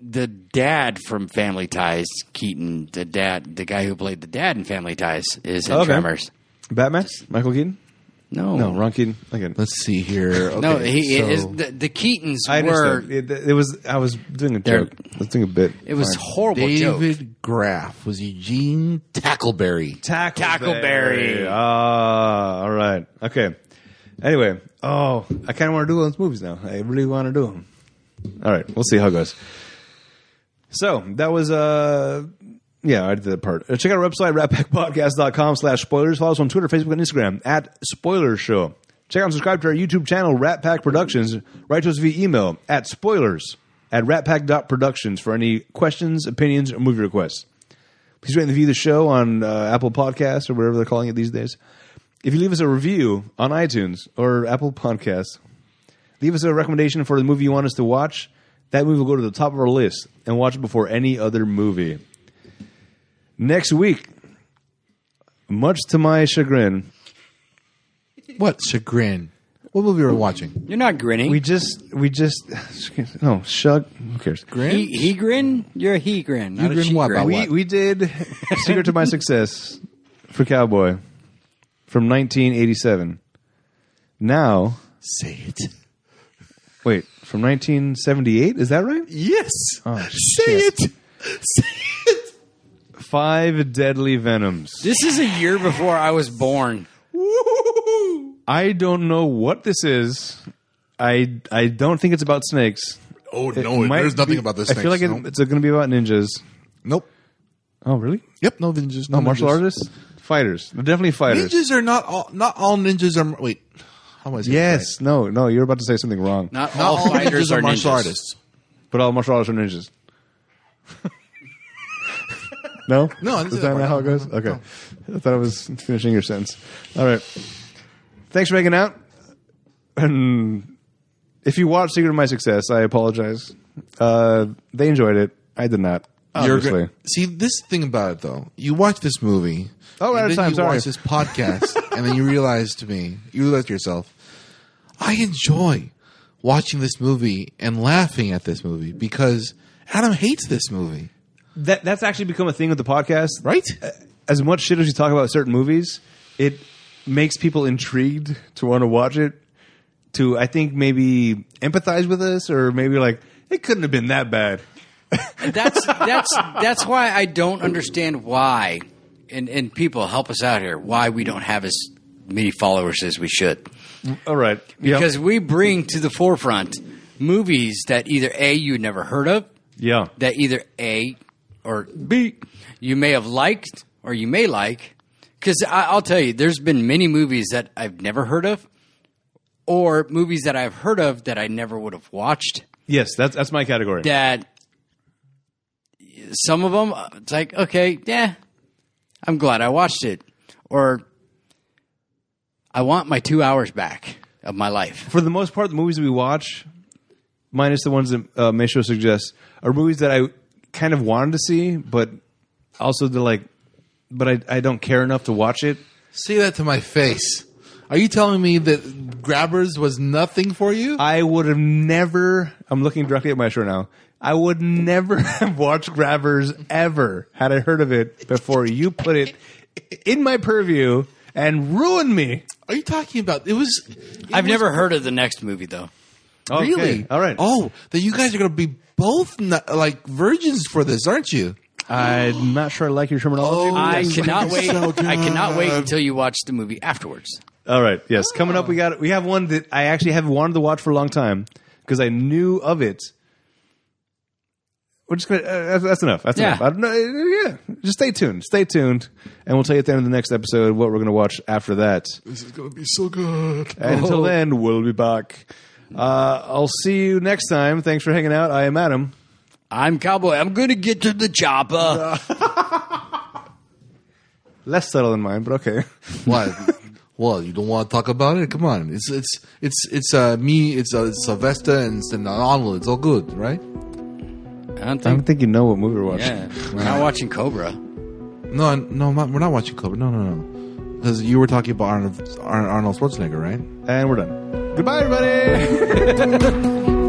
[SPEAKER 4] the dad from Family Ties, Keaton. The dad, the guy who played the dad in Family Ties, is in
[SPEAKER 1] Okay.
[SPEAKER 4] Tremors.
[SPEAKER 1] Batman. Michael Keaton.
[SPEAKER 4] No,
[SPEAKER 1] No, Ron Keaton. Again.
[SPEAKER 3] Let's see here. Okay,
[SPEAKER 4] no. He
[SPEAKER 3] so-
[SPEAKER 4] is the, the Keatons
[SPEAKER 1] I
[SPEAKER 4] were.
[SPEAKER 1] understand. It, it was. I was doing a
[SPEAKER 4] They're-
[SPEAKER 1] joke. I was doing a bit.
[SPEAKER 4] It was
[SPEAKER 1] Fine.
[SPEAKER 4] horrible joke.
[SPEAKER 3] David Graff was Eugene Tackleberry.
[SPEAKER 1] Tackleberry.
[SPEAKER 4] Tackleberry.
[SPEAKER 1] Ah, all right. Okay. Anyway, oh, I kind of want to do those movies now. I really want to do them. All right, we'll see how it goes. So that was uh yeah, I did that part. Uh, Check out our website, ratpackpodcast.com slash spoilers. Follow us on Twitter, Facebook, and Instagram at Spoiler Show. Check out and subscribe to our YouTube channel, Rat Pack Productions. Write to us via email at spoilers at ratpack.productions for any questions, opinions, or movie requests. Please rate and review the show on uh, Apple Podcasts or whatever they're calling it these days. If you leave us a review on iTunes or Apple Podcasts, leave us a recommendation for the movie you want us to watch. That movie will go to the top of our list and watch it before any other movie. Next week, much to my chagrin,
[SPEAKER 3] What chagrin? What movie were we watching?
[SPEAKER 4] You're not grinning.
[SPEAKER 1] we just we just no shug. Who cares?
[SPEAKER 3] Grin?
[SPEAKER 4] he, he grin. You're a he grin. not a
[SPEAKER 3] grin
[SPEAKER 4] she
[SPEAKER 3] what,
[SPEAKER 4] grin.
[SPEAKER 3] Bob?
[SPEAKER 1] We we did secret to my success for Cowboy from 1987. Now.
[SPEAKER 3] Say it.
[SPEAKER 1] Wait, from 1978? Is that right?
[SPEAKER 3] Yes. Say
[SPEAKER 1] shit.
[SPEAKER 3] it. Say it.
[SPEAKER 1] Five Deadly Venoms.
[SPEAKER 4] This is a year before I was born.
[SPEAKER 3] Woo!
[SPEAKER 1] I don't know what this is. I I don't think it's about snakes.
[SPEAKER 3] Oh
[SPEAKER 1] It
[SPEAKER 3] no!
[SPEAKER 1] might
[SPEAKER 3] There's nothing
[SPEAKER 1] be-
[SPEAKER 3] about this.
[SPEAKER 1] I feel like
[SPEAKER 3] thing.
[SPEAKER 1] it,
[SPEAKER 3] nope.
[SPEAKER 1] it's going to be about ninjas.
[SPEAKER 3] Nope.
[SPEAKER 1] Oh, really?
[SPEAKER 3] Yep. No ninjas. No,
[SPEAKER 1] No, Oh, martial
[SPEAKER 3] ninjas.
[SPEAKER 1] artists? Fighters. They're definitely fighters.
[SPEAKER 3] Ninjas are not all. Not all ninjas are. Wait. How am I saying
[SPEAKER 1] Yes. No, no, you're about to say something wrong.
[SPEAKER 4] Not,
[SPEAKER 3] Not
[SPEAKER 4] all,
[SPEAKER 3] all
[SPEAKER 4] fighters
[SPEAKER 3] ninjas are martial
[SPEAKER 4] ninjas.
[SPEAKER 3] artists.
[SPEAKER 1] But all martial artists are ninjas. no?
[SPEAKER 3] No, I didn't say
[SPEAKER 1] Is
[SPEAKER 3] that
[SPEAKER 1] that
[SPEAKER 3] part.
[SPEAKER 1] not how it goes? Okay. I thought I was finishing your sentence. All right. Thanks for hanging out. And if you watched Secret of My Success, I apologize. Uh, they enjoyed it. I did not.
[SPEAKER 3] Oh, You're
[SPEAKER 1] Obviously.
[SPEAKER 3] gr- See this thing about it though. You watch this movie.
[SPEAKER 1] Oh, right,
[SPEAKER 3] and then
[SPEAKER 1] I'm
[SPEAKER 3] you
[SPEAKER 1] sorry.
[SPEAKER 3] watch this podcast, and then you realize to me, you realize to yourself, I enjoy watching this movie and laughing at this movie because Adam hates this movie, Uh,
[SPEAKER 1] that, that's actually become a thing with the podcast.
[SPEAKER 3] right?
[SPEAKER 1] As much shit as you talk about certain movies, it makes people intrigued to want to watch it, to, I think, maybe empathize with us, or maybe like, it couldn't have been that bad.
[SPEAKER 4] That's that's that's why I don't understand why, and and people help us out here. Why we don't have as many followers as we should?
[SPEAKER 1] All right.
[SPEAKER 4] Because we bring to the forefront movies that either a you never heard of,
[SPEAKER 1] yeah.
[SPEAKER 4] that either a or b you may have liked or you may like. Because I'll tell you, there's been many movies that I've never heard of, or movies that I've heard of that I never would have watched.
[SPEAKER 1] Yes, that's that's my category.
[SPEAKER 4] that some of them it's like okay yeah i'm glad i watched it or i want my two hours back of my life
[SPEAKER 1] For the most part, the movies we watch, minus the ones that uh, Maestro suggests, are movies that I kind of wanted to see, but also they're like, but I, I don't care enough to watch it.
[SPEAKER 3] Say that to my face. Are you telling me that Grabbers was nothing for you?
[SPEAKER 1] I would have never. I'm looking directly at Maestro now. I would never have watched Grabbers ever had I heard of it before you put it in my purview and ruined me.
[SPEAKER 3] Are you talking about? It was. it
[SPEAKER 4] I've
[SPEAKER 3] was-
[SPEAKER 4] never heard of the next movie though.
[SPEAKER 1] Okay.
[SPEAKER 3] Really?
[SPEAKER 1] All right.
[SPEAKER 3] Oh, then you guys are going to be both not, like virgins for this, aren't you?
[SPEAKER 1] I'm not sure I like your terminology.
[SPEAKER 3] Oh,
[SPEAKER 4] I
[SPEAKER 3] it's
[SPEAKER 4] cannot wait.
[SPEAKER 3] so
[SPEAKER 4] I cannot wait
[SPEAKER 3] good.
[SPEAKER 4] until you watch the movie afterwards.
[SPEAKER 1] Oh. All right. Yes. Coming up, we got we have one that I actually have wanted to watch for a long time because I knew of it. We're just gonna. Uh, that's, that's enough. That's
[SPEAKER 4] Yeah.
[SPEAKER 1] enough. I don't know. uh, Yeah. Just stay tuned. Stay tuned, and we'll tell you at the end of the next episode what we're gonna watch after that.
[SPEAKER 5] This is going to be so good.
[SPEAKER 1] And until then, we'll be back. Uh, I'll see you next time. Thanks for hanging out. I am Adam.
[SPEAKER 4] I'm cowboy. I'm gonna get to the chopper.
[SPEAKER 1] Less subtle than mine, but okay.
[SPEAKER 3] Why? well, you don't want to talk about it. Come on, it's it's it's it's uh, me. It's uh, Sylvester and, and Arnold. It's all good, right?
[SPEAKER 4] I don't
[SPEAKER 1] I don't
[SPEAKER 4] think.
[SPEAKER 1] think you know what movie we're watching.
[SPEAKER 4] Yeah, we're not watching Cobra.
[SPEAKER 3] No, I- no, I'm not, we're not watching Cobra. No, no, no. Because you were talking about Arnold, Ar- Arnold Schwarzenegger, right?
[SPEAKER 1] And we're done. Goodbye, everybody.